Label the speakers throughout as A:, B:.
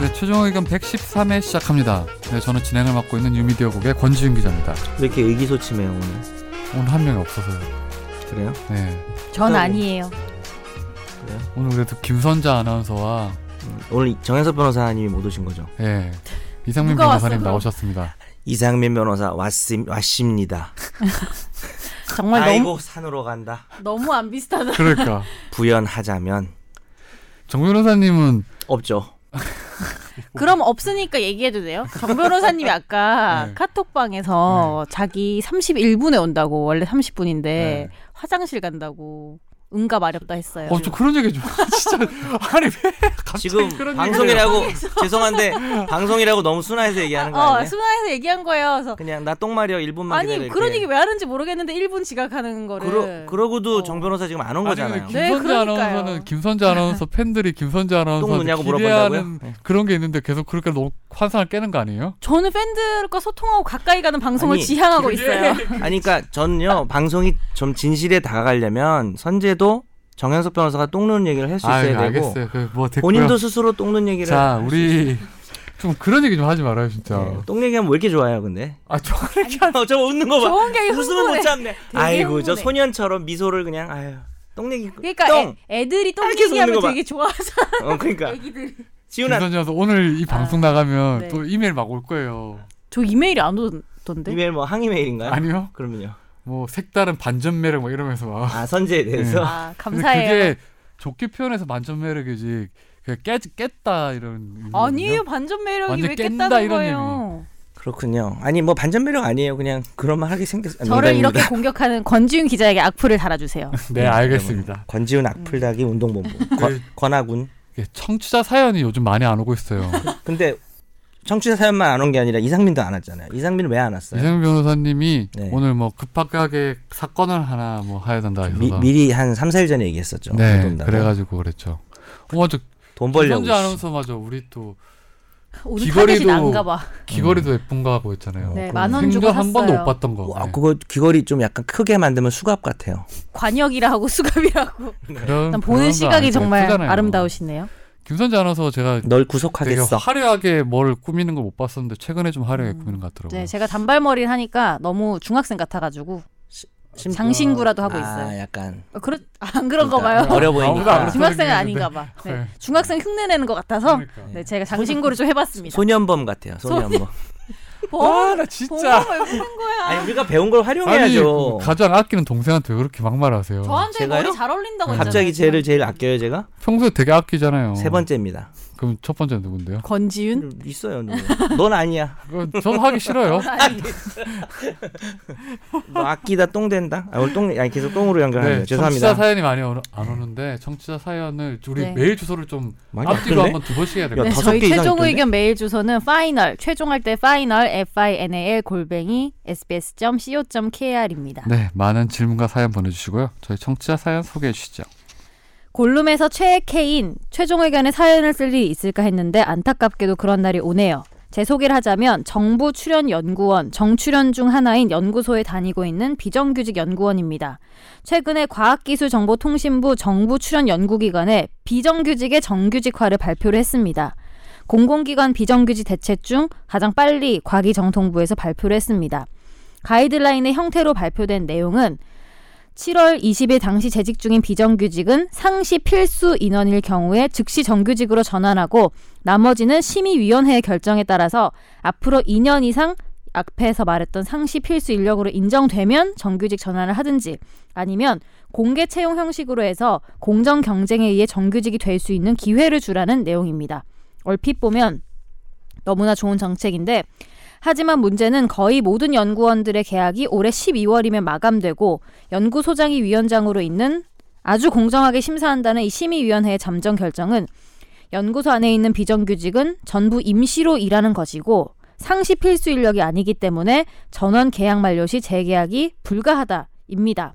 A: 네, 최종 의견 113회 시작합니다. 네, 저는 진행을 맡고 있는 유미디어국의 권지윤 기자입니다.
B: 왜 이렇게 의기소침해요 오늘?
A: 오늘 한 명이 없어서요.
B: 그래요?
A: 네,
C: 전
B: 그러고.
C: 아니에요.
B: 그래요?
A: 오늘 그래도 김선자 아나운서와
B: 음, 오늘 정현석 변호사님이 못 오신 거죠?
A: 예, 이상민
C: 누가 왔어,
A: 변호사님
C: 그럼?
A: 나오셨습니다.
B: 이상민 변호사 왔음 왔습니다.
C: 정말
B: 아이고 산으로 간다.
C: 너무 너무 안 비슷하다.
A: 그러니까
B: 부연하자면
A: 정 변호사님은
B: 없죠.
C: 그럼 없으니까 얘기해도 돼요? 정 변호사님이 아까
A: 네.
C: 카톡방에서
B: 네.
C: 자기 31분에 온다고 원래 30분인데
A: 네.
C: 화장실 간다고 응가 마렵다 했어요.
A: 어, 좀 그런 얘기 좀 진짜 아니 왜 갑자기
B: 지금
A: 그런 얘기를 해요?
B: 방송이라고 죄송한데 방송이라고 너무 순화해서 얘기하는 거
C: 어,
B: 아니에요?
C: 수나에서 얘기한 거예요. 그래서
B: 그냥 나 똥마려 1분만
C: 아니
B: 기다려.
C: 그런
B: 이렇게.
C: 얘기 왜 하는지 모르겠는데 1분 지각하는 거를
B: 그러 그러고도
C: 어.
B: 정 변호사 지금 안 온
A: 아니, 근데
B: 거잖아요.
C: 네,
A: 김선재
C: 그러니까요.
A: 아나운서는 김선재 아나운서 팬들이 김선재
B: 똥
A: 아나운서
B: 누냐고 물어본다고요? 네.
A: 기대하는 그런 게 있는데 계속 그렇게 너무 환상을 깨는 거 아니에요?
C: 저는 팬들과 소통하고 가까이 가는 방송을
B: 아니,
C: 지향하고 있어요.
B: 아니 그러니까 저는요 방송이 좀 진실에 다가가려면 선재도 정현석 변호사가 똥 누는 얘기를 할 수
A: 아,
B: 있어야
A: 예,
B: 되고
A: 알겠어요. 그뭐 됐고요.
B: 본인도 스스로 똥 누는 얘기를
A: 자, 우리 좀 그런 얘기 좀 하지 말아요, 진짜.
B: 네, 똥 얘기하면 왜 이렇게 좋아해요 근데 어,
A: 아, 저
B: 저 웃는 거 봐.
C: 좋은 게
B: 웃으면 못
C: 흥분해.
B: 참네. 아이고 저
C: 흥분해.
B: 소년처럼 미소를 그냥 아유 똥 얘기.
C: 그러니까
B: 똥.
C: 애, 들이똥
B: 이렇게 웃는
C: 얘기하면
B: 거 봐.
C: 되게 좋아하잖아.
B: 어 그러니까
C: 애기들.
B: 지훈아
A: 김선재서 오늘 이 방송 나가면
C: 네.
A: 또 이메일 막 올 거예요.
C: 저 이메일이 안 오던데.
B: 이메일 뭐 항의 메일인가요?
A: 아니요?
B: 그러면요.
A: 뭐 색다른 반전 매력 막 이러면서 막.
B: 아 선재에
A: 네.
B: 대해서
C: 아
A: 근데
C: 감사해요.
A: 그게 좋게 표현해서 만점 매력이지. 그냥 깨, 깼다 이런. 의미거든요.
C: 아니에요 반전 매력이
A: 완전
C: 왜
A: 깬다,
C: 깼다는
A: 이런
C: 거예요.
B: 그렇군요. 아니 뭐 반전 매력 아니에요. 그냥 그런 말 하게 생겼어요.
C: 저를 이렇게 공격하는 권지윤 기자에게 악플을 달아주세요.
A: 네, 알겠습니다.
B: 권지훈 악플다기
C: 음.
B: 운동본부 권- 권하군.
A: 그 이게 청취자 사연이 요즘 많이 안 오고 있어요.
B: 근데 청취자 사연만 안 온 게 아니라 이상민도 안 왔잖아요. 이상민은 왜 안 왔어요?
A: 이상민 변호사님이
B: 네.
A: 오늘 뭐 급하게 사건을 하나 뭐 해야 된다 해서.
B: 미, 미리 한 3, 4일 전에 얘기했었죠.
A: 네,
B: 돈 달라고.
A: 그래가지고 그랬죠. 어, 맞아.
B: 돈 벌려고.
A: 김선재 아나운서 맞아. 우리 또
C: 오늘
A: 귀걸이도-
C: 타겟이 난가봐.
A: 귀걸이도 예쁜 거 하고 있잖아요.
C: 네,
B: 그럼
C: 만 원 주고
A: 생전
C: 샀어요.
A: 한 번도 못 봤던 거.
B: 와,
A: 네.
B: 그거 귀걸이 좀 약간 크게 만들면 수갑 같아요.
C: 관역이라 하고 수갑이라고.
A: 그런,
C: 일단
A: 그런 거
C: 보는 시각이
A: 아니죠.
C: 정말
A: 예쁘잖아요.
C: 아름다우시네요.
A: 김선재 아나운서 제가
B: 널
A: 되게
B: 구속하겠어.
A: 화려하게 뭘 꾸미는 걸 못 봤었는데 최근에 좀 화려하게 꾸미는 것 같더라고요.
C: 네, 제가 단발머리를 하니까 너무 중학생 같아가지고
B: 심-
C: 장신구라도 하고
B: 아,
C: 있어요.
B: 약간
C: 어, 그렇 안 그런가
B: 그러니까
C: 봐요.
B: 어려
A: 아무도 안
B: 보이니까.
A: 그래서 그러긴
C: 중학생은 아닌가 봐. 네.
A: 네.
C: 중학생 흉내내는 것 같아서
A: 그러니까.
C: 네, 제가 장신구를 좀 해봤습니다. 어?
B: 소년범 같아요. 소년범. 아,
A: 와, 나 진짜.
C: 보험을 왜 푸는 거야?
B: 아니 우리가 배운 걸
A: 아니,
B: 활용해야죠.
A: 그 가장 아끼는 동생한테 왜 그렇게 막말하세요?
C: 저한테
B: 제가요?
C: 머리 잘 어울린다고 했잖아요.
B: 갑자기 쟤를 제일 아껴요 제가
A: 평소에 되게 아끼잖아요.
B: 세 번째입니다.
A: 그럼 첫 번째 는 누군데요?
C: 권지윤?
B: 있어요 누구. 넌 아니야.
A: 그거 저는 하기 싫어요.
C: 아, 네,
B: 너 아끼다 똥 된다. 아, 오늘 똥 아니 계속 똥으로 연결하네요.
A: 네, 청취자
B: 죄송합니다.
A: 사연이 많이 오, 안 오는데 청취자 사연을 우리
C: 네.
A: 메일 주소를 좀
B: 많이
A: 앞뒤로
B: 왔던데?
A: 한번 두 번씩 해야 될것
B: 야,
A: 같아요.
C: 네,
B: 다섯
C: 저희
B: 개 이상
C: 최종
B: 있던데?
C: 의견 메일 주소는 final 최종할 때 final f i n a l 골뱅이 sbs.co.kr입니다.
A: 네, 많은 질문과 사연 보내주시고요. 저희 청취자 사연 소개해 주시죠.
C: 골룸에서 최애케인 최종 의견에 사연을 쓸 일이 있을까 했는데 안타깝게도 그런 날이 오네요. 제 소개를 하자면 정부 출연 연구원 정출연 중 하나인 연구소에 다니고 있는 비정규직 연구원입니다. 최근에 과학기술정보통신부 정부 출연 연구기관에 비정규직의 정규직화를 발표를 했습니다. 공공기관 비정규직 대책 중 가장 빨리 과기정통부에서 발표를 했습니다. 가이드라인의 형태로 발표된 내용은 7월 20일 당시 재직 중인 비정규직은 상시 필수 인원일 경우에 즉시 정규직으로 전환하고 나머지는 심의위원회의 결정에 따라서 앞으로 2년 이상 앞에서 말했던 상시 필수 인력으로 인정되면 정규직 전환을 하든지 아니면 공개 채용 형식으로 해서 공정 경쟁에 의해 정규직이 될 수 있는 기회를 주라는 내용입니다. 얼핏 보면 너무나 좋은 정책인데 하지만 문제는 거의 모든 연구원들의 계약이 올해 12월이면 마감되고 연구소장이 위원장으로 있는 아주 공정하게 심사한다는 이 심의위원회의 잠정 결정은 연구소 안에 있는 비정규직은 전부 임시로 일하는 것이고 상시 필수 인력이 아니기 때문에 전원 계약 만료 시 재계약이 불가하다입니다.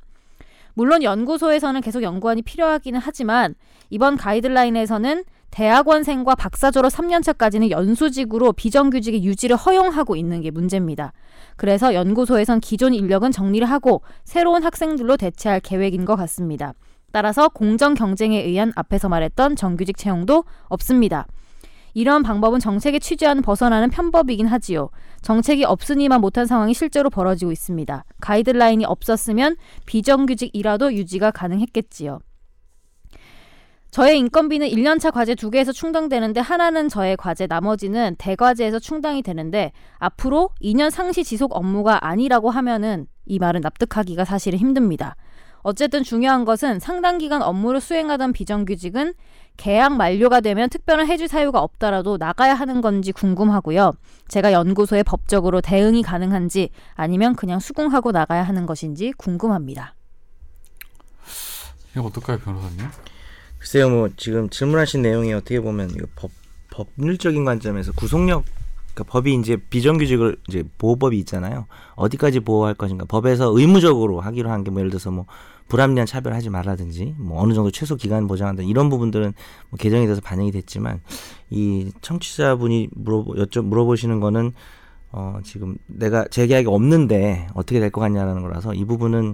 C: 물론 연구소에서는 계속 연구원이 필요하기는 하지만 이번 가이드라인에서는 대학원생과 박사 졸업 3년차까지는 연수직으로 비정규직의 유지를 허용하고 있는 게 문제입니다. 그래서 연구소에선 기존 인력은 정리를 하고 새로운 학생들로 대체할 계획인 것 같습니다. 따라서 공정 경쟁에 의한 앞에서 말했던 정규직 채용도 없습니다. 이런 방법은 정책의 취지와는 벗어나는 편법이긴 하지요. 정책이 없으니만 못한 상황이 실제로 벌어지고 있습니다. 가이드라인이 없었으면 비정규직이라도 유지가 가능했겠지요. 저의 인건비는 1년차 과제 두 개에서 충당되는데 하나는 저의 과제, 나머지는 대과제에서 충당이 되는데 앞으로 2년 상시 지속 업무가 아니라고 하면은 이 말은 납득하기가 사실은 힘듭니다. 어쨌든 중요한 것은 상당 기간 업무를 수행하던 비정규직은 계약 만료가 되면 특별한 해지 사유가 없더라도 나가야 하는 건지 궁금하고요. 제가 연구소에 법적으로 대응이 가능한지 아니면 그냥 수긍하고 나가야 하는 것인지 궁금합니다.
A: 이거 어떨까요, 변호사님?
B: 글쎄요, 뭐 지금 질문하신 내용이 어떻게 보면 이거 법 법률적인 관점에서 구속력, 그러니까 법이 이제 비정규직을 이제 보호법이 있잖아요. 어디까지 보호할 것인가? 법에서 의무적으로 하기로 한 게 뭐 예를 들어서 뭐 불합리한 차별하지 말라든지 뭐 어느 정도 최소 기간 보장한다 이런 부분들은 뭐 개정이 돼서 반영이 됐지만 이 청취자분이 물어보 여쭤 물어보시는 거는 어 지금 내가 재계약이 없는데 어떻게 될 것 같냐라는 거라서 이 부분은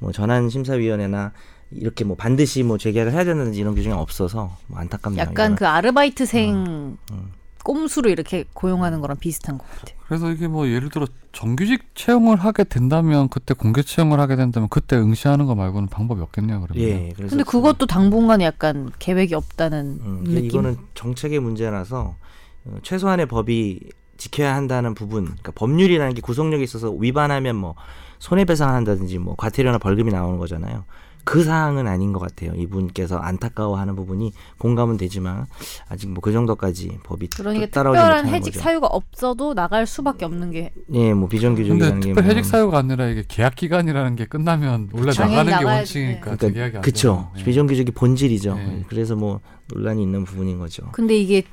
B: 뭐 전환 심사위원회나 이렇게 뭐 반드시 뭐 재계약을 해야 된다든지 이런 규정이 없어서 뭐 안타깝네요.
C: 약간
B: 이거는. 음,
C: 그 아르바이트생 꼼수로 이렇게 고용하는 거랑 비슷한 것 같아요.
A: 그래서 이게 뭐 예를 들어 정규직 채용을 하게 된다면 그때 공개 채용을 하게 된다면 그때 응시하는 거 말고는 방법이 없겠네요, 그러면.
B: 예. 그래서
C: 근데 그것도 당분간 약간 계획이 없다는
B: 음, 근데
C: 느낌.
B: 이거는 정책의 문제라서 어, 최소한의 법이 지켜야 한다는 부분, 그러니까 법률이라는 게 구속력에 있어서 위반하면 뭐 손해배상한다든지 뭐 과태료나 벌금이 나오는 거잖아요. 그 사항은 아닌 것 같아요. 이분께서 안타까워하는 부분이 공감은 되지만 아직 뭐 그 정도까지 법이
C: 그러니까
B: 또 따라오지
C: 특별한
B: 못하는
C: 해직
B: 거죠.
C: 사유가 없어도 나갈 수밖에 없는 게
B: 예, 뭐 비정규직이라는
A: 근데
B: 게
A: 특별
B: 뭐-
A: 해직 사유가 아니라 이게 계약 기간이라는 게 끝나면 원래
C: 당연히
A: 나가는 게
C: 나가야지.
A: 원칙이니까
B: 그러니까
A: 재계약이 안
B: 그쵸.
A: 되잖아요. 예.
B: 비정규직이 본질이죠.
A: 네.
B: 그래서 뭐 논란이 있는 부분인 거죠.
C: 근데 이게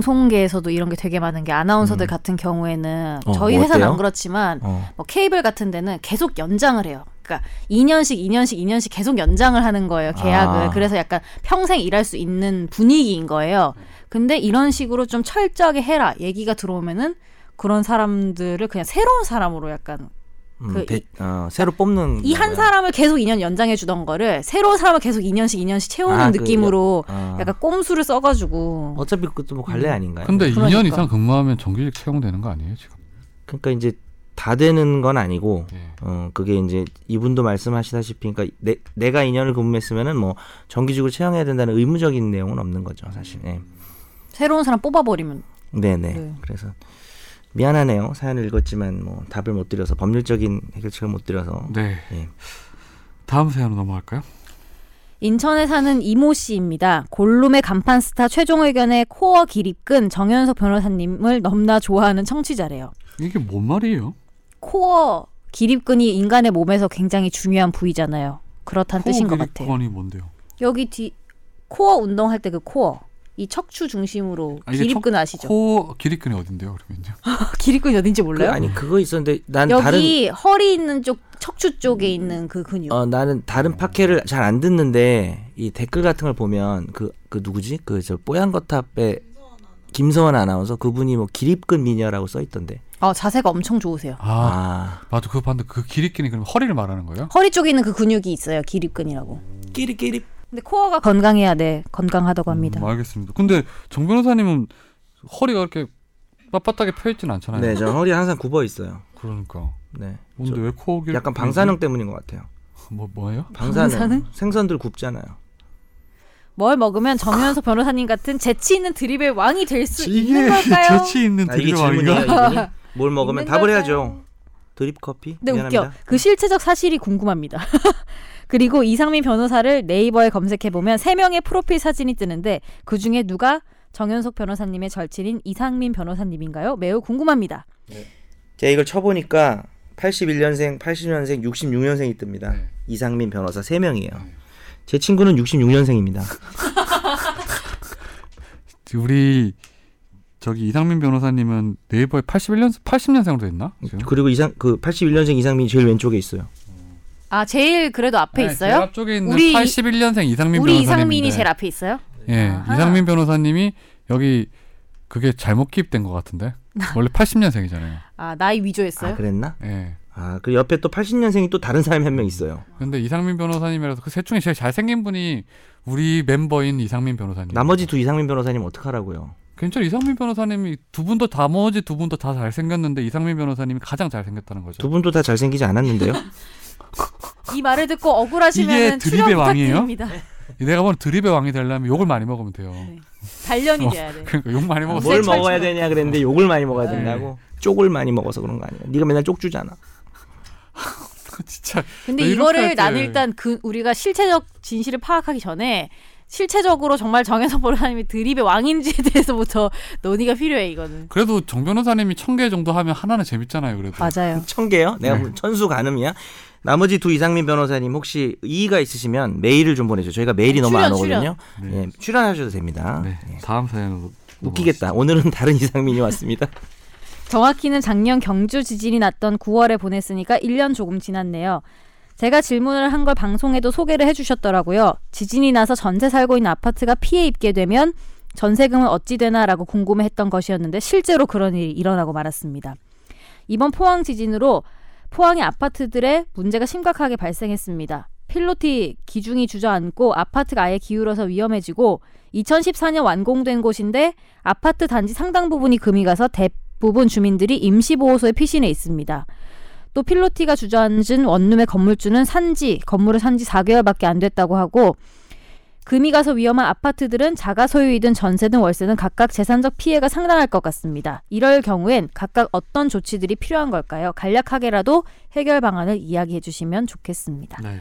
C: 방송계에서도 이런 게 되게 많은 게 아나운서들 같은 경우에는
B: 음. 어,
C: 저희
B: 뭐
C: 회사는
B: 어때요?
C: 안 그렇지만
B: 어.
C: 뭐 케이블 같은 데는 계속 연장을 해요. 그러니까 2년씩 2년씩 2년씩 계속 연장을 하는 거예요. 계약을.
B: 아.
C: 그래서 약간 평생 일할 수 있는 분위기인 거예요. 근데 이런 식으로 좀 철저하게 해라 얘기가 들어오면은 그런 사람들을 그냥 새로운 사람으로 약간
B: 음,
C: 그
B: 대- 어, 새로 뽑는
C: 이 한
B: 거야.
C: 사람을 계속 2년 연장해 주던 거를 새로운 사람을 계속 2년씩 2년씩 채우는
B: 아, 그
C: 느낌으로
B: 아.
C: 약간 꼼수를 써가지고
B: 어차피 그것도 뭐 관례 아닌가요?
A: 근데
C: 그러니까.
A: 2년 이상 근무하면 정규직 채용되는 거 아니에요, 지금?
B: 그러니까 이제 다 되는 건 아니고
A: 예.
B: 어 그게 이제 이분도 말씀하시다시피 그러니까 내, 내가 2년을 근무했으면은 뭐 정규직으로 채용해야 된다는 의무적인 내용은 없는 거죠, 사실. 예.
C: 새로운 사람 뽑아버리면
B: 네, 네.
C: 네.
B: 그래서 미안하네요. 사연을 읽었지만 뭐 답을 못 드려서 법률적인 해결책을 못 드려서
A: 네.
B: 예.
A: 다음 사연으로 넘어갈까요?
C: 인천에 사는 이모 씨입니다. 골룸의 간판 스타 최종 의견의 코어 기립근 정현석 변호사님을 넘나 좋아하는 청취자래요.
A: 이게 뭔 말이에요?
C: 코어 기립근이 인간의 몸에서 굉장히 중요한 부위잖아요. 그렇다는 뜻인 것 같아요.
A: 기립근이 뭔데요?
C: 여기 뒤 코어 운동할 때 그 코어 이 척추 중심으로
A: 아, 이게
C: 기립근
A: 척-
C: 아시죠?
A: 코 기립근이 어딘데요, 그러면요?
C: 기립근이 어딘지
B: 그,
C: 몰라요?
B: 아니 그거 있었는데 난 다른
C: 여기 허리 있는 쪽 척추 쪽에 있는 그 근육.
B: 어 나는 다른 팟캐를 잘 안 듣는데 이 댓글 같은 걸 보면 그 그 누구지? 그 저 뽀얀 거탑의 김서원 아나운서 그분이 뭐 기립근 미녀라고 써 있던데.
C: 아 자세가 엄청 좋으세요.
A: 아,
B: 아.
A: 맞아. 그거 봤는데 그 기립근이 그럼 허리를 말하는 거예요?
C: 허리 쪽에 있는 그 근육이 있어요. 기립근이라고.
B: 끼리끼리
C: 근데 코어가 건강해야 돼. 건강하다고 합니다.
A: 음, 알겠습니다. 근데 정 변호사님은 허리가 이렇게 빳빳하게 펴 있지는 않잖아요.
B: 네, 저 허리 항상 굽어 있어요.
A: 그러니까.
B: 네.
A: 근데 왜 코어 기립?
B: 약간 방사능 때문인 것 같아요.
A: 뭐 뭐예요?
B: 방사능.
C: 방사능?
B: 생선들 굽잖아요.
C: 뭘 먹으면 정현석 변호사님 같은 재치 있는 드립의 왕이 될 수 있는
A: 이게
C: 걸까요?
A: 재치 있는
B: 아, 이게
A: 드리왕인가?
B: 질문이야, 이분이? 뭘 먹으면
C: 있는
B: 답을
C: 걸까요?
B: 해야죠. 네, 드립 커피?
C: 근데
B: 미안합니다.
C: 웃겨. 그 실체적 사실이 궁금합니다. 그리고 이상민 변호사를 네이버에 검색해 보면 세 명의 프로필 사진이 뜨는데 그 중에 누가 정현석 변호사님의 절친인 이상민 변호사님인가요? 매우 궁금합니다.
B: 제가 이걸 쳐보니까 81년생, 80년생, 66년생이 뜹니다.
A: 네.
B: 이상민 변호사 3명이에요. 제 친구는 66년생입니다.
A: 우리 저기 이상민 변호사님은 네이버에 81년 80년생으로 돼 있나? 지금?
C: 네,
B: 그리고 이상 그 81년생 이상민이 제일 왼쪽에 있어요.
C: 아 제일 그래도 앞에
A: 네, 제일
C: 있어요?
A: 앞쪽에 있는
C: 우리 이-
A: 81년생 이상민
C: 우리
A: 변호사님.
C: 이상민이 제일 앞에 있어요?
A: 예,
C: 아하.
A: 이상민 변호사님이 여기 그게 잘못 기입된 것 같은데 원래 80년생이잖아요.
C: 아 나이 위조했어요?
B: 아, 그랬나?
A: 예.
B: 아, 그리고 옆에 또 80년생이 또 다른 사람이 한 명 있어요.
A: 근데 이상민 변호사님이라서 그 셋 중에 제일 잘생긴 분이 우리 멤버인 이상민 변호사님.
B: 나머지 두 이상민 변호사님 어떡하라고요?
A: 괜찮아 이상민 변호사님이 두 분도 나머지 두 분도 다 잘생겼는데 이상민 변호사님이 가장 잘생겼다는 거죠.
B: 두 분도 다 잘생기지 않았는데요.
C: 이 말을 듣고 억울하시면
A: 이게
C: 출연
A: 드립의 왕이에요? 네.
C: 부탁드립니다.
A: 내가 보는 드립의 왕이 되려면 욕을 많이 먹으면 돼요.
C: 단련이
A: 어.
C: 돼야 돼.
A: 그러니까 욕 많이 먹었어.
B: 아, 뭘
C: 세
B: 먹어야
C: 철치고.
B: 되냐 그랬는데 욕을 많이 먹어야
A: 네.
B: 된다고. 쪽을 많이 먹어서 그런 거 아니야. 네가 맨날 쪽 주잖아.
A: 진짜
C: 근데
A: 나 이렇게
C: 이거를
A: 할지.
C: 나는 일단 그 우리가 실체적 진실을 파악하기 전에 실체적으로 정말 정혜선 변호사님이 드립의 왕인지에 대해서부터 논의가 필요해 이거는.
A: 그래도 정 변호사님이 천 개 정도 하면 하나는 재밌잖아요. 그래도
C: 맞아요.
B: 천 개요? 내가 무슨 천수 가늠이야? 나머지 두 이상민 변호사님 혹시 이의가 있으시면 메일을 좀 보내줘. 저희가 메일이 너무 안
C: 네, 출연,
B: 오거든요. 예, 출연하셔도 됩니다.
A: 네,
B: 예.
A: 다음 사연으로
B: 웃기겠다. 오늘은 다른 이상민이 왔습니다.
C: 정확히는 작년 경주 지진이 났던 9월에 보냈으니까 1년 조금 지났네요. 제가 질문을 한 걸 방송에도 소개를 해주셨더라고요. 지진이 나서 전세 살고 있는 아파트가 피해 입게 되면 전세금은 어찌 되나라고 궁금해했던 것이었는데 실제로 그런 일이 일어나고 말았습니다. 이번 포항 지진으로 포항의 아파트들의 문제가 심각하게 발생했습니다. 필로티 기중이 주저앉고 아파트가 아예 기울어서 위험해지고 2014년 완공된 곳인데 아파트 단지 상당 부분이 금이 가서 대부분 주민들이 임시보호소에 피신해 있습니다. 또 필로티가 주저앉은 원룸의 건물주는 산지 건물을 산지 4개월밖에 안 됐다고 하고 금이 가서 위험한 아파트들은 자가 소유이든 전세든 월세든 각각 재산적 피해가 상당할 것 같습니다. 이럴 경우엔 각각 어떤 조치들이 필요한 걸까요? 간략하게라도 해결 방안을 이야기해 주시면 좋겠습니다.
A: 네.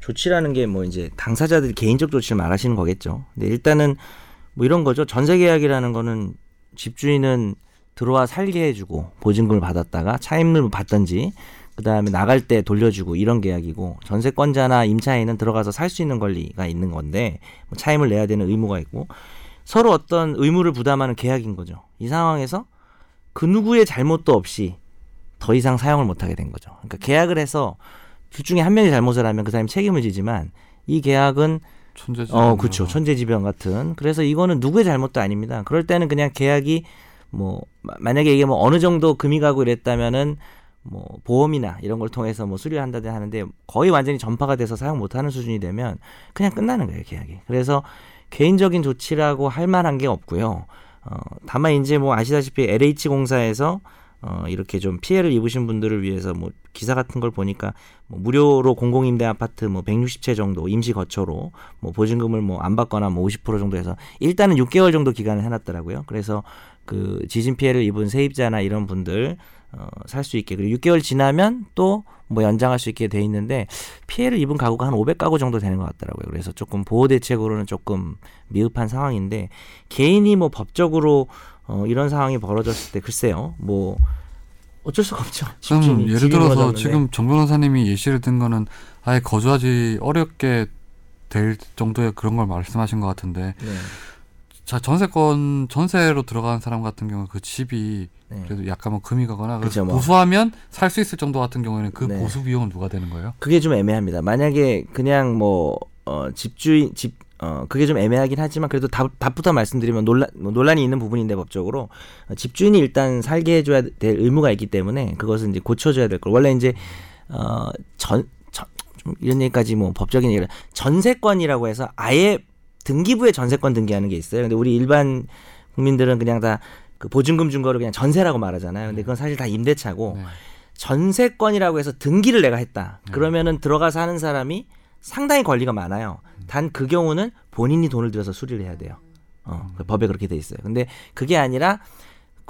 B: 조치라는 게 뭐 이제 당사자들 개인적 조치를 말하시는 거겠죠. 근데 일단은 뭐 이런 거죠. 전세 계약이라는 거는 집주인은 들어와 살게 해주고 보증금을 받았다가 차임을 뭐 받던지 그다음에 나갈 때 돌려주고 이런 계약이고 전세권자나 임차인은 들어가서 살 수 있는 권리가 있는 건데 뭐 차임을 내야 되는 의무가 있고 서로 어떤 의무를 부담하는 계약인 거죠. 이 상황에서 그 누구의 잘못도 없이 더 이상 사용을 못하게 된 거죠. 그러니까 계약을 해서 둘 중에 한 명이 잘못을 하면 그 사람이 책임을 지지만 이 계약은
A: 천재지.
B: 어 그렇죠 천재지변 같은 그래서 이거는 누구의 잘못도 아닙니다. 그럴 때는 그냥 계약이 뭐 마- 만약에 이게 뭐 어느 정도 금이 가고 이랬다면은 뭐 보험이나 이런 걸 통해서 뭐 수리한다든 하는데 거의 완전히 전파가 돼서 사용 못하는 수준이 되면 그냥 끝나는 거예요 계약이. 그래서 개인적인 조치라고 할 만한 게 없고요. 어, 다만 이제 뭐 아시다시피 LH 공사에서 어, 이렇게 좀 피해를 입으신 분들을 위해서 뭐 기사 같은 걸 보니까 뭐 무료로 공공임대 아파트 뭐 160채 정도 임시 거처로 뭐 보증금을 뭐 안 받거나 뭐 50% 정도 해서 일단은 6개월 정도 기간을 해놨더라고요. 그래서 그 지진 피해를 입은 세입자나 이런 분들 어, 살 수 있게 그리고 6개월 지나면 또 뭐 연장할 수 있게 돼 있는데 피해를 입은 가구가 한 500가구 정도 되는 것 같더라고요. 그래서 조금 보호 대책으로는 조금 미흡한 상황인데 개인이 뭐 법적으로 어, 이런 상황이 벌어졌을 때 글쎄요 뭐 어쩔 수가 없죠.
A: 그럼
B: 집주인이
A: 음, 예를
B: 집이
A: 들어서
B: 무너졌는데.
A: 지금 정 변호사님이 예시를 든 거는 아예 거주하지 어렵게 될 정도의 그런 걸 말씀하신 것 같은데
B: 네,
A: 자 전세권 전세로 들어간 사람 같은 경우 그 집이
B: 네.
A: 그래도 약간 뭐 금이 가거나 그래서
B: 그죠, 뭐.
A: 보수하면 살 수 있을 정도 같은 경우에는 그
B: 네.
A: 보수 비용은 누가 되는 거예요?
B: 그게 좀 애매합니다. 만약에 그냥 뭐 어, 집주인 집 어, 그게 좀 애매하긴 하지만 그래도 답, 답부터 말씀드리면 논란, 뭐 논란이 있는 부분인데 법적으로 어, 집주인이 일단 살게 해줘야 될 의무가 있기 때문에 그것은 이제 고쳐줘야 될 걸. 원래 이제 어, 전, 전- 좀 이런 얘기까지 뭐 법적인 얘기를 전세권이라고 해서 아예 등기부에 전세권 등기하는 게 있어요. 근데 우리 일반 국민들은 그냥 다 그 보증금 준 거를 그냥 전세라고 말하잖아요. 근데 그건 사실 다 임대차고
A: 네.
B: 전세권이라고 해서 등기를 내가 했다. 그러면은 들어가서 하는 사람이 상당히 권리가 많아요.
A: 음.
B: 단 그 경우는 본인이 돈을 들여서 수리를 해야 돼요. 어,
A: 음.
B: 그 법에 그렇게 돼 있어요. 근데 그게 아니라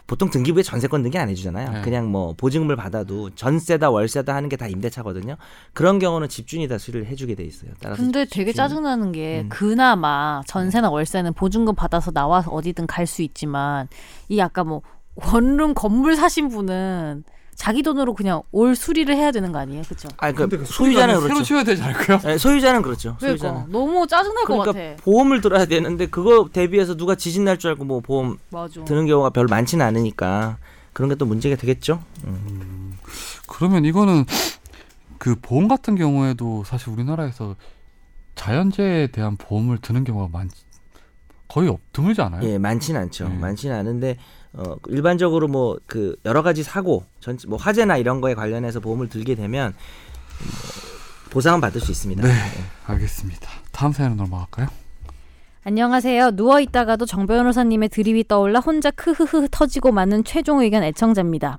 B: 보통 등기부에 전세권 등기 안 해주잖아요.
A: 네.
B: 그냥 뭐 보증금을 받아도 전세다 월세다 하는 게 다 임대차거든요. 그런 경우는 집주인이 다 수리를 해주게 돼 있어요. 따라서
C: 근데 되게 짜증나는 게
B: 음.
C: 그나마 전세나 월세는 보증금 받아서 나와서 어디든 갈 수 있지만 이 아까 뭐 원룸 건물 사신 분은 자기 돈으로 그냥 올 수리를 해야 되는 거 아니에요, 그렇죠?
B: 아, 그러니까 소유자는
A: 새로
B: 그렇죠.
A: 치워야 되지 않을까요?
B: 네, 소유자는 그렇죠. 소유자는.
C: 그러니까 너무 짜증날 것
B: 그러니까
C: 같아.
B: 보험을 들어야 되는데 그거 대비해서 누가 지진 날 줄 알고 뭐 보험
C: 맞아.
B: 드는 경우가 별로 많지는 않으니까 그런 게 또 문제가 되겠죠.
A: 그러면 이거는 그 보험 같은 경우에도 사실 우리나라에서 자연재해에 대한 보험을 드는 경우가 많 거의 없, 드물지 않아요?
B: 예, 많지는 않죠.
A: 네.
B: 많지는 않은데 어, 일반적으로 뭐 그 여러 가지 사고, 전, 뭐 화재나 이런 거에 관련해서 보험을 들게 되면 뭐 보상은 받을 수 있습니다.
A: 네. 알겠습니다. 다음 사연으로 넘어갈까요?
C: 안녕하세요. 누워 있다가도 정 변호사님의 드립이 떠올라 혼자 크흐흐 터지고 마는 최종 의견 애청자입니다.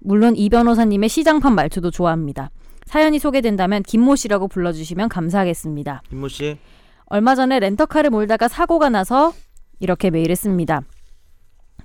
C: 물론 이 변호사님의 시장판 말투도 좋아합니다. 사연이 소개된다면 김모 씨라고 불러주시면 감사하겠습니다.
B: 김모 씨.
C: 얼마 전에 렌터카를 몰다가 사고가 나서 이렇게 메일했습니다.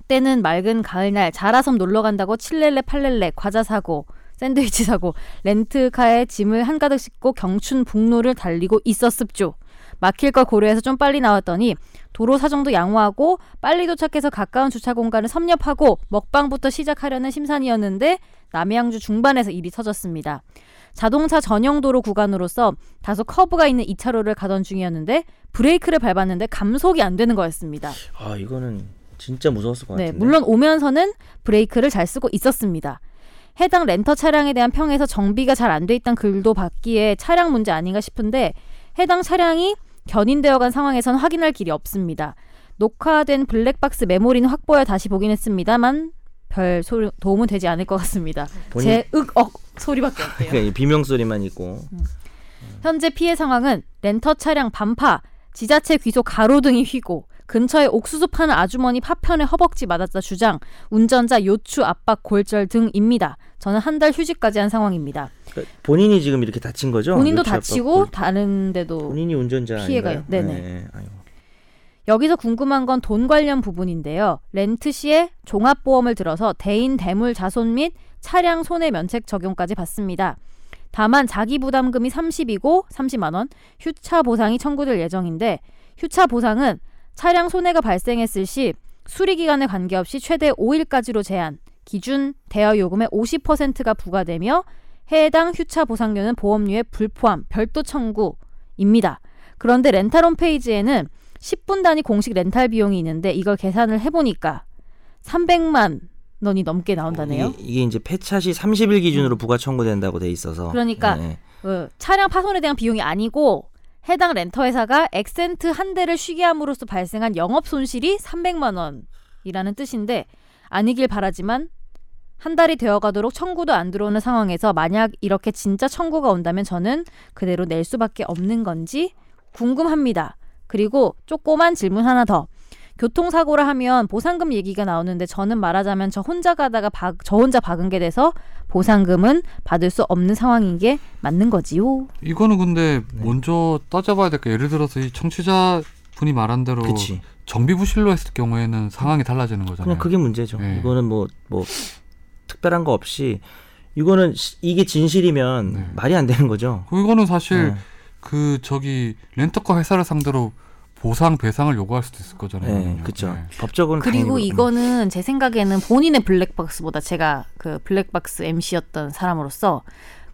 C: 때는 맑은 가을날 자라섬 놀러 간다고 칠렐레 팔렐레 과자 사고 샌드위치 사고 렌트카에 짐을 한가득 싣고 경춘 북로를 달리고 있었습죠. 막힐 걸 고려해서 좀 빨리 나왔더니 도로 사정도 양호하고 빨리 도착해서 가까운 주차 공간을 섭렵하고 먹방부터 시작하려는 심산이었는데 남양주 중반에서 일이 터졌습니다. 자동차 전용 도로 구간으로서 다소 커브가 있는 2차로를 가던 중이었는데 브레이크를 밟았는데 감속이 안 되는 거였습니다.
B: 아 이거는 진짜 무서웠을 것
C: 네,
B: 같은데.
C: 물론 오면서는 브레이크를 잘 쓰고 있었습니다. 해당 렌터 차량에 대한 평에서 정비가 잘 안 돼 있다는 글도 받기에 차량 문제 아닌가 싶은데 해당 차량이 견인되어 간 상황에선 확인할 길이 없습니다. 녹화된 블랙박스 메모리는 확보해 다시 보긴 했습니다만 별 소리- 도움은 되지 않을 것 같습니다.
B: 본인-
C: 제 윽억 소리밖에 안 돼요.
B: 그러니까 이 비명 소리만 있고.
C: 현재 피해 상황은 렌터 차량 반파, 지자체 귀속 가로등이 휘고, 근처에 옥수수 파는 아주머니 파편에 허벅지 맞았다 주장, 운전자 요추 압박 골절 등입니다. 저는 한 달 휴직까지 한 상황입니다.
B: 그러니까 본인이 지금 이렇게 다친 거죠?
C: 본인도
B: 아, 요추압박
C: 다치고
B: 골-
C: 다른데도
B: 본인이 운전자
C: 피해가-
B: 아닌가요?
C: 네네.
B: 네. 아유.
C: 여기서 궁금한 건 돈 관련 부분인데요. 렌트 시에 종합보험을 들어서 대인 대물 자손 및 차량 손해 면책 적용까지 받습니다. 다만 자기 부담금이 30이고 30만 원, 휴차 보상이 청구될 예정인데 휴차 보상은 차량 손해가 발생했을 시 수리 기간에 관계없이 최대 5일까지로 제한, 기준 대여 요금의 50%가 부과되며 해당 휴차 보상료는 보험료에 불포함 별도 청구입니다. 그런데 렌탈 홈페이지에는 10분 단위 공식 렌탈 비용이 있는데 이걸 계산을 해보니까 300만 원이 넘게 나온다네요. 음.
B: 이게, 이게 이제 폐차 시 30일 기준으로 부가 청구된다고 돼 있어서.
C: 그러니까
B: 네.
C: 그 차량 파손에 대한 비용이 아니고 해당 렌터 회사가 엑센트 한 대를 쉬게 함으로써 발생한 영업 손실이 300만 원이라는 뜻인데 아니길 바라지만 한 달이 되어가도록 청구도 안 들어오는 상황에서 만약 이렇게 진짜 청구가 온다면 저는 그대로 낼 수밖에 없는 건지 궁금합니다. 그리고 조그만 질문 하나 더. 교통사고라 하면 보상금 얘기가 나오는데 저는 말하자면 저 혼자 가다가 박- 저 혼자 박은 게 돼서 보상금은 받을 수 없는 상황인 게 맞는 거지요.
A: 이거는 근데
B: 네.
A: 먼저 따져봐야 될까 예를 들어서 이 청취자 분이 말한 대로
B: 그치.
A: 정비 부실로 했을 경우에는 상황이 달라지는 거잖아요.
B: 그냥 그게 문제죠.
A: 네.
B: 이거는 뭐 뭐 특별한 거 없이 이거는 시- 이게 진실이면
A: 네.
B: 말이 안 되는 거죠.
A: 그거는 사실
B: 네.
A: 그 저기 렌터카 회사를 상대로 보상 배상을 요구할 수도 있을 거잖아요.
B: 네,
A: 그러면.
B: 그렇죠.
A: 네.
B: 법적으로는
C: 그리고
B: 당연히
C: 이거는 제 생각에는 본인의 블랙박스보다 제가 그 블랙박스 MC였던 사람으로서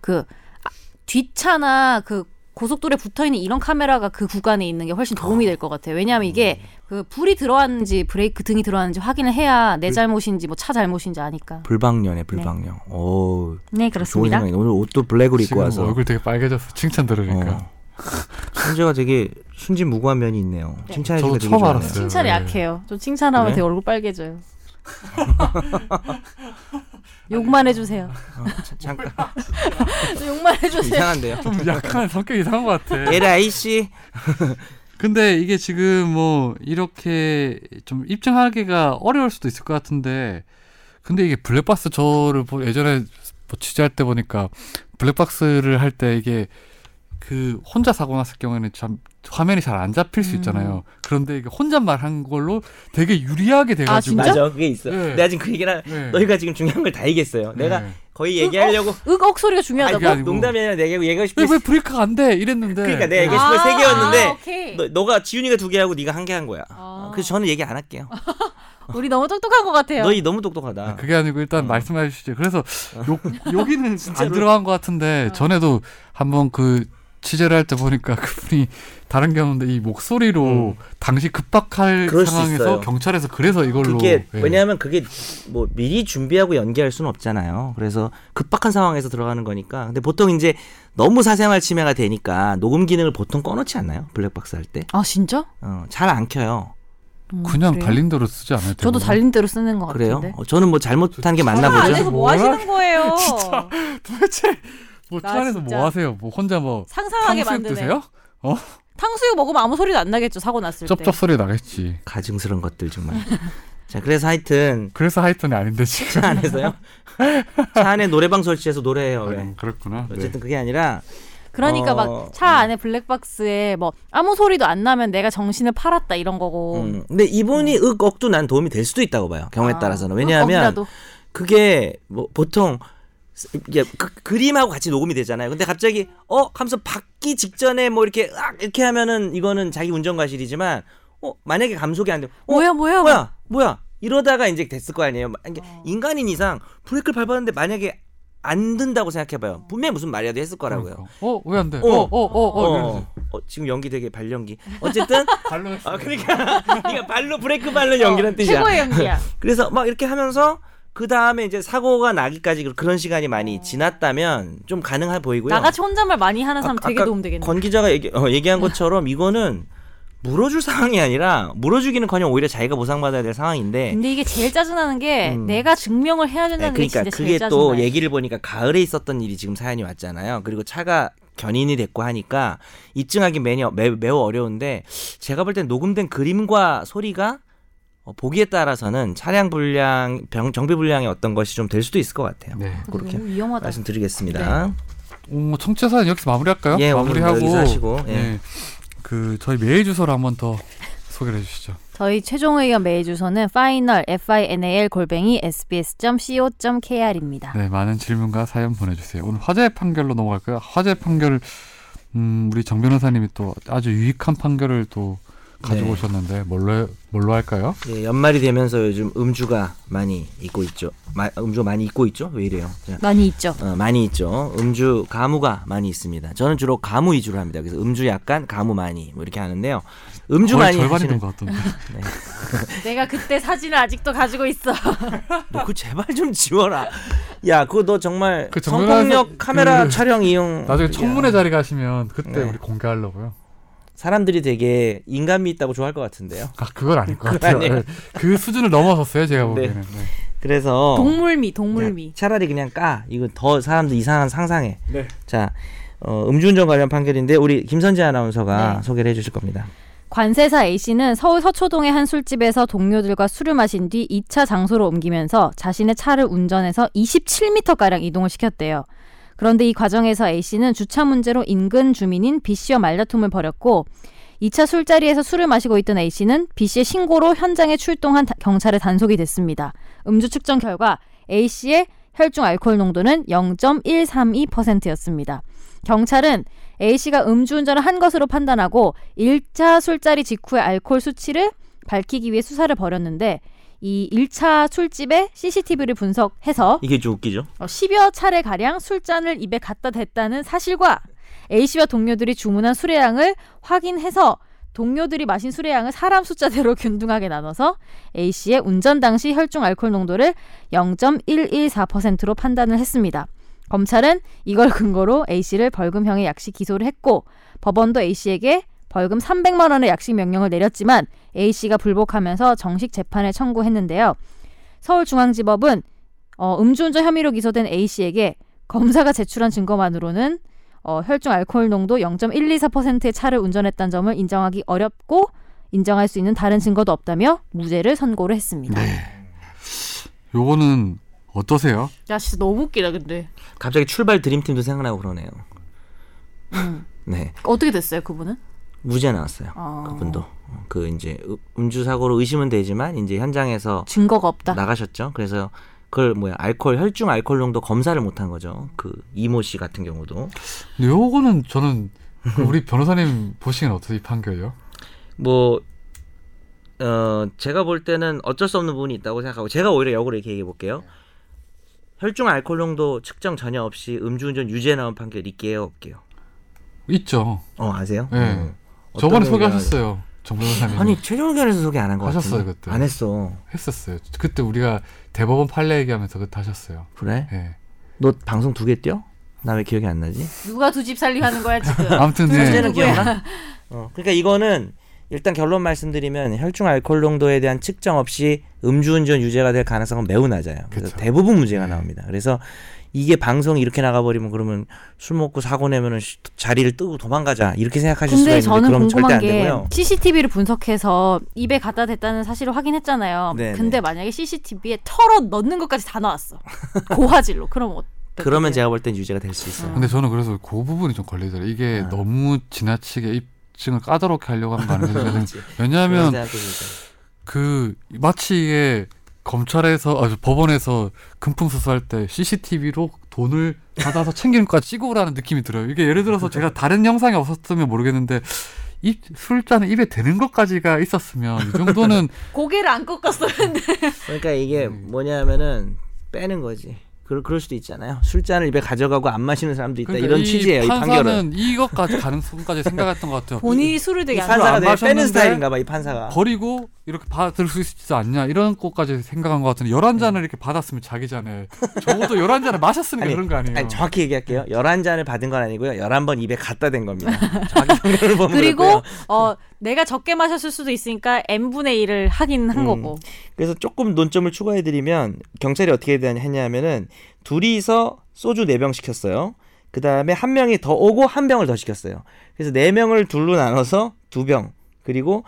C: 그 아, 뒷차나 그 고속도로에 붙어 있는 이런 카메라가 그 구간에 있는 게 훨씬 도움이 될 것 같아요. 왜냐하면 이게 그 불이 들어왔는지 브레이크 등이 들어왔는지 확인을 해야 내 잘못인지 뭐 차 잘못인지 아니까.
B: 불방년에 불방년. 오, 좋은
C: 네 그렇습니다.
B: 생각이네. 오늘 옷도 블랙으로 입고
A: 지금
B: 와서.
A: 얼굴 되게 빨개졌어. 칭찬 들으니까.
B: 어. 순재가 되게 순진무구한 면이 있네요. 칭찬해 주니까
A: 저도
B: 되게
A: 처음
B: 좋아요.
A: 알았어요.
C: 칭찬이
A: 네.
C: 약해요. 좀 칭찬하면
B: 그래?
C: 되게 얼굴 빨개져요. 욕만 해주세요.
B: 어, 자- 잠깐
A: 아,
C: 욕만
A: 네.
C: 해주세요.
B: 이상한데요.
A: 좀 약간 성격 이상한 것 같아.
B: 에라이 씨.
A: 근데 이게 지금 뭐 이렇게 좀 입증하기가 어려울 수도 있을 것 같은데 근데 이게 블랙박스 저를 보- 예전에 뭐 취재할 때 보니까 블랙박스를 할 때 이게 그 혼자 사고 났을 경우에는 참 화면이 잘 안 잡힐
C: 음.
A: 수 있잖아요. 그런데 이게 혼잣말 한 걸로 되게 유리하게 돼가지고
C: 진짜?
B: 맞아, 그게 있어.
A: 네.
B: 내가 지금 그 얘기를 하-
A: 네.
B: 너희가 지금 중요한 걸 다 얘기했어요. 내가
A: 네.
B: 거의 얘기하려고
C: 윽억 소리가
A: 그게
B: 아니,
C: 중요하다고?
A: 아니고.
B: 농담이 아니라 내가 얘기하고 싶은
A: 왜, 왜 브레이크가 안 돼? 이랬는데
B: 그러니까 내가 얘기했을 때
C: 아,
B: 세
C: 아,
B: 개였는데
C: 오케이.
B: 너, 너가 지훈이가 두 개 하고 네가 한 개 한 거야.
C: 아.
B: 그래서 저는 얘기 안 할게요.
C: 우리 너무 똑똑한 것 같아요.
B: 너희 너무 똑똑하다.
A: 아, 그게 아니고 일단
B: 어.
A: 말씀해 주시죠. 그래서 요, 여기는 안
B: 진짜로. 아.
A: 들어간 것 같은데 전에도 한번 그 취재를 할 때 보니까 그분이 다른 게 없는데 이 목소리로 당시 급박할
B: 음. 그럴 수
A: 상황에서
B: 있어요.
A: 경찰에서 그래서 이걸로
B: 그게
A: 예.
B: 왜냐하면 그게 뭐 미리 준비하고 연기할 수는 없잖아요. 그래서 급박한 상황에서 들어가는 거니까. 근데 보통 이제 너무 사생활 침해가 되니까 녹음 기능을 보통 꺼놓지 않나요? 블랙박스 할 때.
C: 아 진짜?
B: 어, 잘 안 켜요.
C: 음,
A: 그냥
C: 그래요?
A: 달린 대로 쓰지 않아요.
C: 저도
A: 대부분?
C: 달린 대로 쓰는 것
B: 그래요?
C: 같은데.
B: 어, 저는 뭐 잘못한 게 맞나
A: 차가
B: 보죠.
C: 차
A: 안
C: 안에서 뭐
A: 뭐야?
C: 하시는 거예요?
A: 도대체 뭐차
C: 나
A: 안에서 뭐
C: 아, 진짜.
A: 하세요? 뭐 혼자 뭐
C: 상상하게
A: 탕수육
C: 만드네.
A: 드세요? 어?
D: 탕수육 먹으면 아무 소리도 안 나겠죠 사고 났을 때.
A: 쩝쩝 소리 나겠지.
B: 가증스러운 것들 정말. 자, 그래서 하여튼
A: 그래서 하이톤이 아닌데 지금.
B: 차 안에서요. 차 안에 노래방 설치해서 노래해요. 왜?
A: 아, 그렇구나. 네.
B: 어쨌든 그게 아니라
D: 그러니까
B: 어,
D: 막 차 안에 블랙박스에 뭐 아무 소리도 안 나면 내가 정신을 팔았다 이런
C: 어.
D: 거고.
B: 음, 근데 이분이 윽억도 난 도움이 될 수도 있다고 봐요. 경우에
D: 아,
B: 따라서는. 왜냐하면
D: 어, 거기라도.
B: 그게 뭐 보통 이게 그, 그림하고 같이 녹음이 되잖아요. 근데 갑자기 어 하면서 받기 직전에 뭐 이렇게 으악 이렇게 하면은 이거는 자기 운전 과실이지만 어 만약에 감속이 안 되면 어
D: 뭐야 뭐야
B: 뭐야 뭐야 이러다가 이제 됐을 거 아니에요. 막 이게
D: 어.
B: 인간인 이상 브레이크를 밟았는데 만약에 안 든다고
D: 어.
B: 생각해봐요. 분명히 무슨 말이라도 했을 거라고요.
A: 그러니까. 어, 왜 안 돼?
B: 어.
A: 어, 어, 어, 어.
B: 어, 어, 지금 연기 되게 발연기. 어쨌든
A: 발로 했어.
B: 아 그러니까 그러니까 발로 브레이크 발로 연기란 뜻이야.
D: 어, 최고의 연기야.
B: 그래서 막 이렇게 하면서 그 다음에 이제 사고가 나기까지 그런 시간이 많이 지났다면 좀 가능해 보이고요.
D: 어. 나같이 혼잣말 많이 하는 사람
B: 아까-
D: 되게
B: 아까
D: 도움 되겠네.
B: 권 기자가 얘기, 어, 얘기한 것처럼 이거는 물어줄 상황이 아니라 물어주기는커녕 오히려 자기가 보상받아야 될 상황인데.
D: 근데 이게 제일 짜증나는 게
B: 음.
D: 내가 증명을 해야
B: 네,
D: 된다는
B: 그러니까
D: 게 진짜
B: 그게
D: 제일 짜증나.
B: 또 얘기를 보니까 가을에 있었던 일이 지금 사연이 왔잖아요. 그리고 차가 견인이 됐고 하니까 입증하기 매우, 매우, 매우 어려운데 제가 볼 땐 녹음된 그림과 소리가 어, 보기에 따라서는 차량 불량, 병, 정비 불량의 어떤 것이 좀 될 수도 있을 것 같아요. 음,
A: 네.
B: 그렇게
D: 너무 위험하다.
B: 말씀드리겠습니다.
D: 네.
A: 어, 청취자 사연 여기서 마무리할까요?
B: 예, 오늘
A: 네.
B: 여기서
A: 마무리하고
B: 하시고, 예.
A: 예. 그 저희 메일 주소를 한번 더 소개해 주시죠.
C: 저희 최종 의견 메일 주소는 final final 골뱅이 sbs.co.kr입니다.
A: 네, 많은 질문과 사연 보내주세요. 오늘 화재 판결로 넘어갈까요? 화재 판결, 음, 우리 정 변호사님이 또 아주 유익한 판결을 또 가지고
B: 네.
A: 오셨는데 뭘로 뭘로 할까요?
B: 예, 연말이 되면서 요즘 음주가 많이 있고 있죠. 마- 음주 많이 있고 있죠. 왜 이래요? 자,
C: 많이 있죠.
B: 어, 많이 있죠. 음주 가무가 많이 있습니다. 저는 주로 가무 위주로 합니다. 그래서 음주 약간 가무 많이 뭐 이렇게 하는데요. 음주
A: 거의
B: 많이
A: 절반이
B: 하시는
A: 된것 같던데.
D: 내가 그때 사진을 아직도 가지고 있어.
B: 너 그거 제발 좀 지워라. 야, 그거 너 정말
A: 그 정면에서
B: 성폭력 카메라
A: 그-
B: 촬영 이용
A: 나중에
B: 야,
A: 청문회 자리 가시면 그때
B: 네.
A: 우리 공개하려고요.
B: 사람들이 되게 인간미 있다고 좋아할 것 같은데요.
A: 아, 그건 아닐 것
B: 그건
A: 같아요.
B: 아니에요.
A: 네. 그 수준을 넘어섰어요, 제가 보기에는. 네.
B: 그래서
D: 동물미
B: 그냥
D: 동물미.
B: 차라리 그냥 까. 이거 더 사람들 이상한 상상해.
A: 네.
B: 자, 어, 음주운전 관련 판결인데 우리 김선재 아나운서가
D: 네.
B: 소개를 해주실 겁니다.
C: 관세사 A씨는 서울 서초동의 한 술집에서 동료들과 술을 마신 뒤 2차 장소로 옮기면서 자신의 차를 운전해서 27m가량 이동을 시켰대요. 그런데 이 과정에서 A씨는 주차 문제로 인근 주민인 B씨와 말다툼을 벌였고 2차 술자리에서 술을 마시고 있던 A씨는 B씨의 신고로 현장에 출동한 다- 경찰에 단속이 됐습니다. 음주 측정 결과 A씨의 혈중 알코올 농도는 0.132%였습니다. 경찰은 A씨가 음주운전을 한 것으로 판단하고 1차 술자리 직후의 알코올 수치를 밝히기 위해 수사를 벌였는데 이 1차 술집의 CCTV를 분석해서
B: 이게 좀 웃기죠?
C: 어, 10여 차례 가량 술잔을 입에 갖다 댔다는 사실과 A 씨와 동료들이 주문한 술의 양을 확인해서 동료들이 마신 술의 양을 사람 숫자대로 균등하게 나눠서 A 씨의 운전 당시 혈중 알코올 농도를 0.114%로 판단을 했습니다. 검찰은 이걸 근거로 A 씨를 벌금형에 약식 기소를 했고 법원도 A 씨에게 벌금 300만 원의 약식 명령을 내렸지만 A 씨가 불복하면서 정식 재판을 청구했는데요. 서울중앙지법은 어, 음주운전 혐의로 기소된 A 씨에게 검사가 제출한 증거만으로는 어, 혈중 알코올 농도 0.124%의 차를 운전했다는 점을 인정하기 어렵고 인정할 수 있는 다른 증거도 없다며 무죄를 선고를 했습니다.
B: 네.
A: 요거는 어떠세요?
D: 야 진짜 너무 웃기다 근데.
B: 갑자기 출발 드림팀도 생각나고 그러네요.
D: 음.
B: 네,
D: 어떻게 됐어요 그분은?
B: 무죄 나왔어요.
D: 아.
B: 그분도 그 이제 음- 음주 사고로 의심은 되지만 이제 현장에서
D: 증거가 없다.
B: 나가셨죠. 그래서 그걸 뭐야 알코올 혈중 알코올 농도 검사를 못한 거죠. 그 이모 씨 같은 경우도
A: 근데 요거는 저는 그 우리 변호사님 보시기엔 어떠세요, 이 판결이요?
B: 뭐, 어, 제가 볼 때는 어쩔 수 없는 부분이 있다고 생각하고, 제가 오히려 역으로 이렇게 얘기해 볼게요. 혈중 알코올 농도 측정 전혀 없이 음주운전 유죄 나온 판결 있게요, 없게요?
A: 있죠.
B: 어, 아세요?
A: 예.
B: 어. 어떤
A: 저번에
B: 의견을-
A: 소개하셨어요. 정 변호사님.
B: 아니, 최종 의견에서 소개 안 한 거 같은데.
A: 하셨어요, 그때.
B: 안 했어.
A: 했었어요. 그때 우리가 대법원 판례 얘기하면서 그때 하셨어요.
B: 그래?
A: 예.
B: 너 방송 두 개 뛰어? 나 왜 기억이 안 나지? 아,
D: 누가 두 집 살림하는 거야 지금?
A: 아무튼 네.
B: 기억나? 어, 그러니까 이거는 일단 결론 말씀드리면 혈중 알코올 농도에 대한 측정 없이 음주운전 유죄가 될 가능성은 매우 낮아요. 그래서
A: 그쵸.
B: 대부분 무죄가
A: 네.
B: 나옵니다. 그래서 이게 방송이 이렇게 나가버리면 그러면 술 먹고 사고 내면은 쉬- 자리를 뜨고 도망가자 이렇게 생각하실 수가
D: 근데
B: 있는데
D: 저는
B: 그럼 절대
D: 궁금한
B: 안
D: 게 음.
B: 되고요.
D: CCTV를 분석해서 입에 갖다 댔다는 사실을 확인했잖아요.
B: 네네.
D: 근데 만약에 CCTV에 털어 넣는 것까지 다 나왔어. 고화질로. 그럼 어떡
B: 그러면 제가 볼 땐 유죄가 될 수
D: 음.
B: 있어요.
A: 근데 저는 그래서 그 부분이 좀 걸리더라고요. 이게
B: 아.
A: 너무 지나치게 입증을 까다롭게 하려고 하는 거 아닌가
B: 그렇지.
A: 생각
B: 그런
A: 왜냐하면
B: 생각도 들죠.
A: 그 마치 이게 검찰에서 아, 저 법원에서 금품 수수할 때 CCTV로 돈을 받아서 챙기는 것까지 찍어오라는 느낌이 들어요. 이게 예를 들어서 제가 다른 영상이 없었으면 모르겠는데 입 술잔에 입에 대는 것까지가 있었으면 이 정도는
D: 고개를 안 꺾었었는데.
B: 그러니까 이게
A: 음.
B: 뭐냐면은 빼는 거지. 그, 그럴 수도 있잖아요. 술잔을 입에 가져가고 안 마시는 사람도 있다.
A: 그러니까
B: 이런 취지예요. 이 판결은.
A: 판사는 이것까지 가능성까지 생각했던 것 같아요.
D: 본인이 술을
B: 이
D: 되게 안
B: 판사가
A: 안
B: 되게 빼는
A: 마셨는데
B: 스타일인가 봐. 이 판사가.
A: 버리고 이렇게 받을 수 있지 않냐 이런 것까지 생각한 것 같은데 11잔을 이렇게 받았으면 자기 잔에 적어도 11잔을 마셨으니까
B: 네. 아니,
A: 그런 거 아니에요 네.
B: 아니 정확히 얘기할게요. 11잔을 받은 건 아니고요. 11번 입에 갖다 댄 겁니다. 정확히 성별을 보면
D: 그리고
B: 그렇고요.
D: 어 내가 적게 마셨을 수도 있으니까 n 분의 1을 하긴 한
B: 음.
D: 거고.
B: 그래서 조금 논점을 추가해 드리면 경찰이 어떻게 되- 했냐면은 둘이서 소주 4병 시켰어요. 그다음에 한 명이 더 오고 한 병을 더 시켰어요. 그래서 4명을 둘로 나눠서 2병. 그리고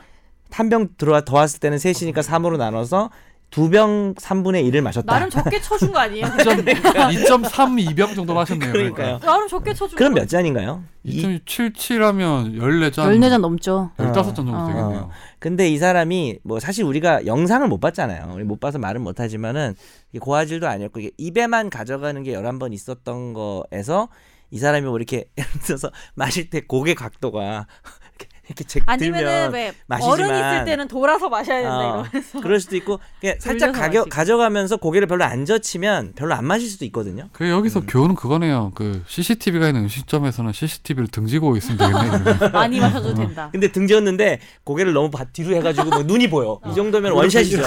B: 한 병 들어와 더 왔을 때는 셋이니까 3으로 나눠서 2병 3분의 1을 마셨다.
D: 나름 적게 쳐준 거 아니에요?
A: 2.32병 정도 마셨네요
B: 그러니까요.
D: 나름 적게 쳐준
B: 그럼
D: 거.
B: 몇 잔인가요? 이-
A: 2.77 하면 14잔
C: 14잔 넘죠.
A: 15잔 정도
D: 아.
C: 어.
A: 되겠네요
B: 근데 이 사람이 뭐 사실 우리가 영상을 못 봤잖아요. 우리 못 봐서 말은 못 하지만은 이게 고화질도 아니었고 이게 입에만 가져가는 게 11번 있었던 거에서 이 사람이 뭐 이렇게 예를 들어서 마실 때 고개 각도가 이렇게- 이렇게 제
D: 아니면은
B: 들면
D: 왜
B: 마시지만-
D: 어른 있을 때는 돌아서 마셔야 된다
B: 어,
D: 이러면서.
B: 그럴 수도 있고 그냥 살짝
D: 돌려서
B: 가겨,
D: 마시고.
B: 가져가면서 고개를 별로 안 젖히면 별로 안 마실 수도 있거든요.
A: 그 여기서
B: 음.
A: 교훈은 그거네요 그 CCTV가 있는 음식점에서는 CCTV를 등지고 있으면 되겠네요 그러면.
D: 많이
B: 어.
D: 마셔도 된다.
B: 근데 등지었는데 고개를 너무 바- 뒤로 해가지고 뭐 눈이 보여. 이 정도면 원샷이죠.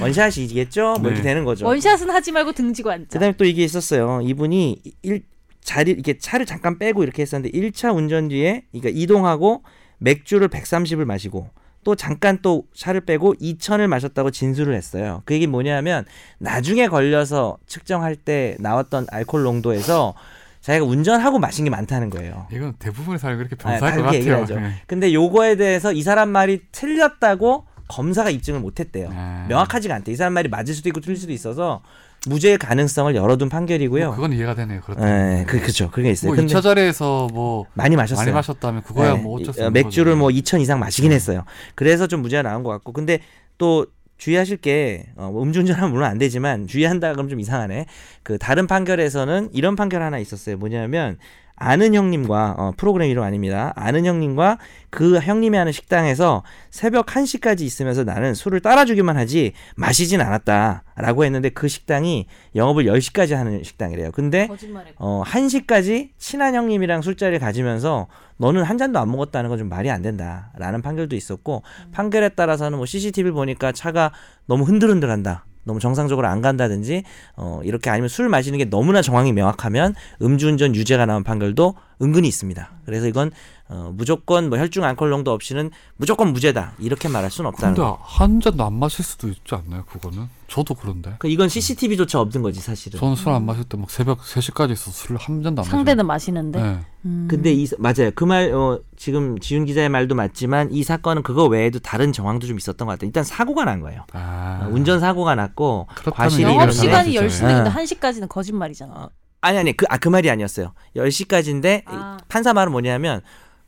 B: 원샷이겠죠? 뭐 이렇게
A: 네.
B: 되는 거죠.
D: 원샷은 하지 말고 등지고 앉자.
B: 그다음에 또 이게 있었어요. 이분이 일 자리 이렇게 차를 잠깐 빼고 이렇게 했었는데 1차 운전 뒤에 그러니까 이동하고 맥주를 130을 마시고 또 잠깐 또 차를 빼고 2000을 마셨다고 진술을 했어요. 그 얘기 뭐냐면 나중에 걸려서 측정할 때 나왔던 알코올 농도에서 자기가 운전하고 마신 게 많다는 거예요.
A: 이건 대부분의 사람이 그렇게
B: 아,
A: 변사할 것
B: 그렇게 얘기를
A: 같아요
B: 하죠.
A: 네.
B: 근데 요거에 대해서 이 사람 말이 틀렸다고 검사가 입증을 못 했대요.
A: 네.
B: 명확하지가 않대. 이 사람 말이 맞을 수도 있고 틀릴 수도 있어서 무죄의 가능성을 열어둔 판결이고요.
A: 뭐 그건 이해가 되네요 그렇다
B: 예, 그, 그쵸. 그게 있어요.
A: 뭐
B: 근데
A: 2차 자리에서 뭐
B: 많이 마셨어요.
A: 많이 마셨다면 그거야
B: 예,
A: 뭐 어쩔 수
B: 이- 어,
A: 없는 네.
B: 맥주를
A: 거죠.
B: 뭐 2천 이상 마시긴 했어요. 그래서 좀 무죄가 나온 것 같고. 근데 또 주의하실 게, 어, 뭐 음주운전하면 물론 안 되지만, 주의한다 그러면 좀 이상하네. 그, 다른 판결에서는 이런 판결 하나 있었어요. 뭐냐면, 아는 형님과, 어, 프로그램 이름 아닙니다. 아는 형님과 그 형님이 하는 식당에서 새벽 1시까지 있으면서 나는 술을 따라주기만 하지 마시진 않았다. 라고 했는데 그 식당이 영업을 10시까지 하는 식당이래요. 근데
D: 거짓말해.
B: 어, 1시까지 친한 형님이랑 술자리를 가지면서 너는 한 잔도 안 먹었다는 건 좀 말이 안 된다. 라는 판결도 있었고, 판결에 따라서는 뭐 CCTV 를 보니까 차가 너무 흔들흔들 한다. 너무 정상적으로 안 간다든지, 어, 이렇게 아니면 술 마시는 게 너무나 정황이 명확하면 음주운전 유죄가 나온 판결도 은근히 있습니다. 그래서 이건, 어, 무조건 뭐 혈중 알코올 농도 없이는 무조건 무죄다. 이렇게 말할 수는 없다는
A: 근데
B: 거.
A: 한 잔도 안 마실 수도 있지 않나요? 그거는 저도 그런데
B: 그 이건 CCTV조차 없는 거지, 사실은.
A: 저는 술 안 마실 때 막 새벽 3시까지 있어 술을 한 잔도 안 아, 마셔요.
C: 상대는 마시는데.
A: 네.
C: 음.
B: 근데 이 맞아요. 그 말 어, 지금 지훈 기자의 말도 맞지만 이 사건은 그거 외에도 다른 정황도 좀 있었던 것 같아요. 일단 사고가 난 거예요.
A: 아,
B: 어, 운전 사고가 났고
A: 그렇다면
B: 과실이
A: 영업
B: 일어나서-
A: 시간-
D: 영업시간이
A: 네.
D: 10시인데
B: 네.
D: 1시까지는 거짓말이잖아.
B: 어, 아니 아니 그 아 그 말이 아니었어요. 10시까지인데
D: 아.
B: 판사 말은 뭐냐면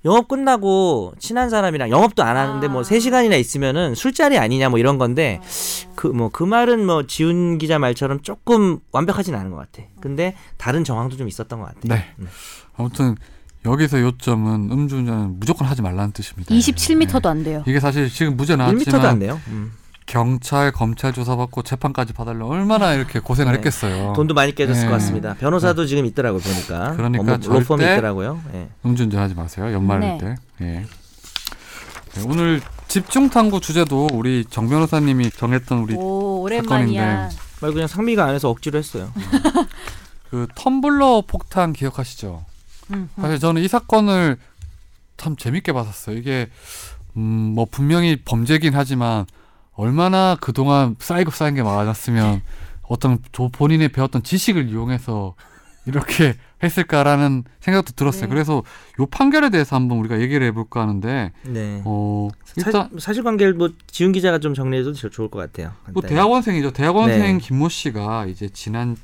B: 영업 끝나고 친한 사람이랑 영업도 안 하는데
D: 아.
B: 뭐 3시간이나 있으면은 술자리 아니냐 뭐 이런 건데 그 뭐 그 말은 뭐 지훈 기자 말처럼 조금 완벽하진 않은 것 같아. 근데 다른 정황도 좀 있었던 것 같아.
A: 네.
B: 음.
A: 아무튼 여기서 요점은 음주운전은 무조건 하지 말라는 뜻입니다.
B: 네.
A: 네.
C: 27m도 안 돼요.
A: 이게 사실 지금 무죄
B: 1m도 안
A: 나왔지만
B: 돼요. 음.
A: 경찰 검찰 조사받고 재판까지 받으려면 얼마나 이렇게 고생을
B: 네.
A: 했겠어요.
B: 돈도 많이 깨졌을
A: 예.
B: 것 같습니다. 변호사도 지금 있더라고 보니까.
A: 그러니까
B: 법무-
A: 절대-
B: 로펌이 있더라고요. 예.
A: 음주운전 하지 마세요. 연말
C: 네.
A: 때. 예. 네, 오늘 집중 탐구 주제도 우리 정 변호사님이 정했던
B: 네.
A: 우리
D: 오, 오랜만이야.
A: 사건인데.
B: 말 그냥 상미가 안에서 억지로 했어요.
A: 그 텀블러 폭탄 음. 기억하시죠? 사실 저는 이 사건을 참 재밌게 봤었어요. 이게 음, 뭐 분명히 범죄긴 하지만 얼마나 그동안 쌓이고 쌓인 게 많았으면 어떤 조- 본인이 배웠던 지식을 이용해서 이렇게 했을까라는 생각도 들었어요.
D: 네.
A: 그래서 요 판결에 대해서 한번 우리가 얘기를 해볼까 하는데
B: 네.
A: 어
B: 사,
A: 일단
B: 사실관계를 뭐 지훈 기자가 좀 정리해도 제일 좋을 것 같아요.
A: 뭐
B: 간단히.
A: 대학원생이죠. 대학원생
B: 네.
A: 김모 씨가 이제 지난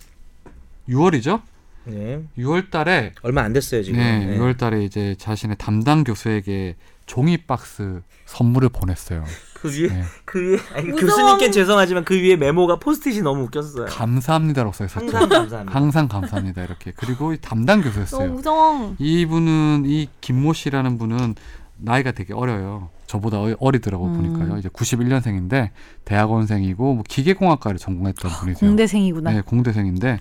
A: 6월이죠.
B: 네.
A: 6월달에
B: 얼마 안 됐어요 지금.
A: 네,
B: 네.
A: 6월달에 이제 자신의 담당 교수에게 종이 박스 선물을 보냈어요.
B: 그 위에
A: 네.
B: 그 위에 아니,
D: 무서운-
B: 교수님께 죄송하지만 그 위에 메모가 포스트잇이 너무 웃겼어요.
A: 감사합니다라고 써있었죠.
B: 항상 감사합니다.
A: 항상 감사합니다 이렇게 그리고 이 담당 교수였어요.
D: 우정.
A: 이분은 이 김모 씨라는 분은 나이가 되게 어려요. 저보다 어- 어리더라고
D: 음.
A: 보니까요. 이제 91년생인데 대학원생이고 뭐 기계공학과를 전공했던 분이세요.
D: 공대생이구나.
A: 네, 공대생인데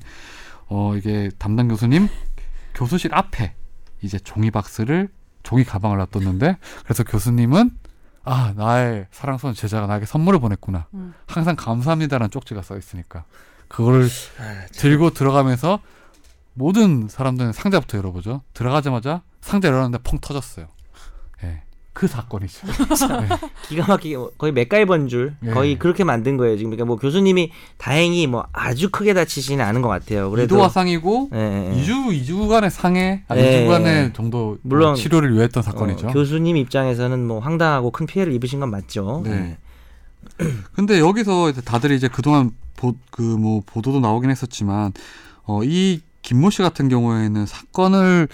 A: 어 이게 담당 교수님 교수실 앞에 이제 종이 박스를 종이 가방을 놔뒀는데 그래서 교수님은 아 나의 사랑스러운 제자가 나에게 선물을 보냈구나
D: 음.
A: 항상 감사합니다라는 쪽지가 써 있으니까 그거를
B: 아,
A: 들고 들어가면서 모든 사람들은 상자부터 열어보죠 들어가자마자 상자 열었는데 펑 터졌어요 예그 사건이죠 네.
B: 기가 막히게 뭐 거의 맥가이버인 줄
A: 네.
B: 거의 그렇게 만든 거예요 지금. 그러니까 뭐 교수님이 다행히 뭐 아주 크게 다치지는 않은 것 같아요. 그래도
A: 이도화 상이고
B: 예, 예.
A: 이 2주 2주간의 상해 아
B: 네.
A: 2주간의 정도
B: 물론
A: 치료를 위했던 사건이죠.
B: 어, 교수님 입장에서는 뭐 황당하고 큰 피해를 입으신 건 맞죠.
A: 네. 근데 여기서 이제 다들 이제 그동안 그 뭐 보도도 나오긴 했었지만 어, 이 김모 씨 같은 경우에는 사건을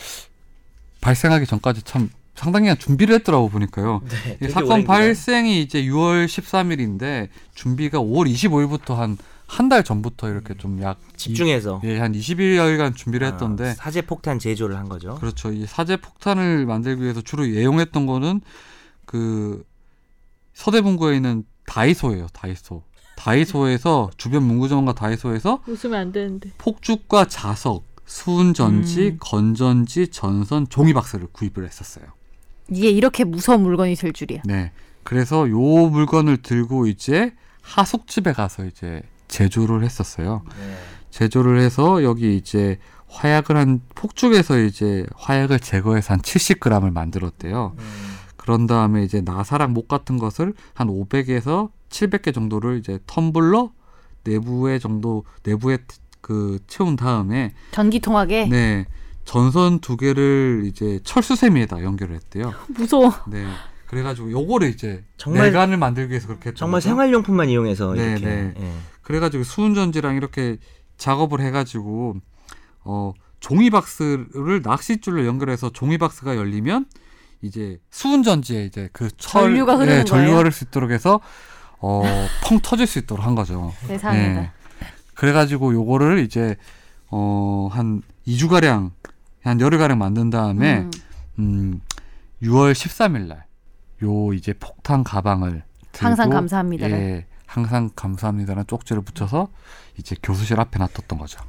A: 발생하기 전까지 참 상당히 한 준비를 했더라고 보니까요.
B: 네,
A: 이
B: 되게
A: 사건
B: 오랜 기간.
A: 발생이 이제 6월 13일인데 준비가 5월 25일부터 한 한 달 전부터 이렇게 좀 약
B: 음. 집중해서
A: 예, 한 20일여일간 준비를
B: 아,
A: 했던데
B: 사제 폭탄 제조를 한 거죠.
A: 그렇죠. 이 사제 폭탄을 만들기 위해서 주로 애용했던 거는 그 서대문구에 있는 다이소예요. 다이소. 다이소에서 주변 문구점과 다이소에서
D: 웃으면 안 되는데.
A: 폭죽과 자석, 수은전지,
D: 음.
A: 건전지, 전선, 종이박스를 구입을 했었어요.
D: 이게 이렇게 무서운 물건이 될 줄이야.
A: 네. 그래서 요 물건을 들고 이제 하숙집에 가서 이제 제조를 했었어요.
B: 네.
A: 제조를 해서 여기 이제 화약을 한 폭죽에서 이제 화약을 제거해서 한 70g을 만들었대요.
B: 음.
A: 그런 다음에 이제 나사랑 목 같은 것을 한 500에서 700개 정도를 이제 텀블러 내부에 정도 내부에 그 채운 다음에
D: 전기통하게
A: 네 전선 두 개를 이제 철수세미에다 연결을 했대요.
D: 무서워.
A: 네 그래가지고 요거를 이제
B: 정말-
A: 내관을 만들기 위해서 그렇게 했던
B: 정말
A: 거죠.
B: 생활용품만 이용해서
A: 네,
B: 이렇게
A: 네.
B: 예.
A: 그래가지고 수은전지랑 이렇게 작업을 해가지고 어 종이 박스를 낚싯줄로 연결해서 종이 박스가 열리면 이제 수은전지에 이제 그 철,
D: 전류가 흐르는
A: 예, 전류
D: 거예요?
A: 흐를 수 있도록 해서 어 펑 터질 수 있도록 한 거죠.
D: 세상에다.
A: 예. 그래가지고 요거를 이제 어한 2주 가량 한 열흘 가량 만든 다음에
D: 음.
A: 음 6월 13일 날 요 이제 폭탄 가방을 들고
D: 항상 감사합니다.
A: 예, 항상 감사합니다라는 쪽지를 붙여서 이제 교수실 앞에 놔뒀던 거죠.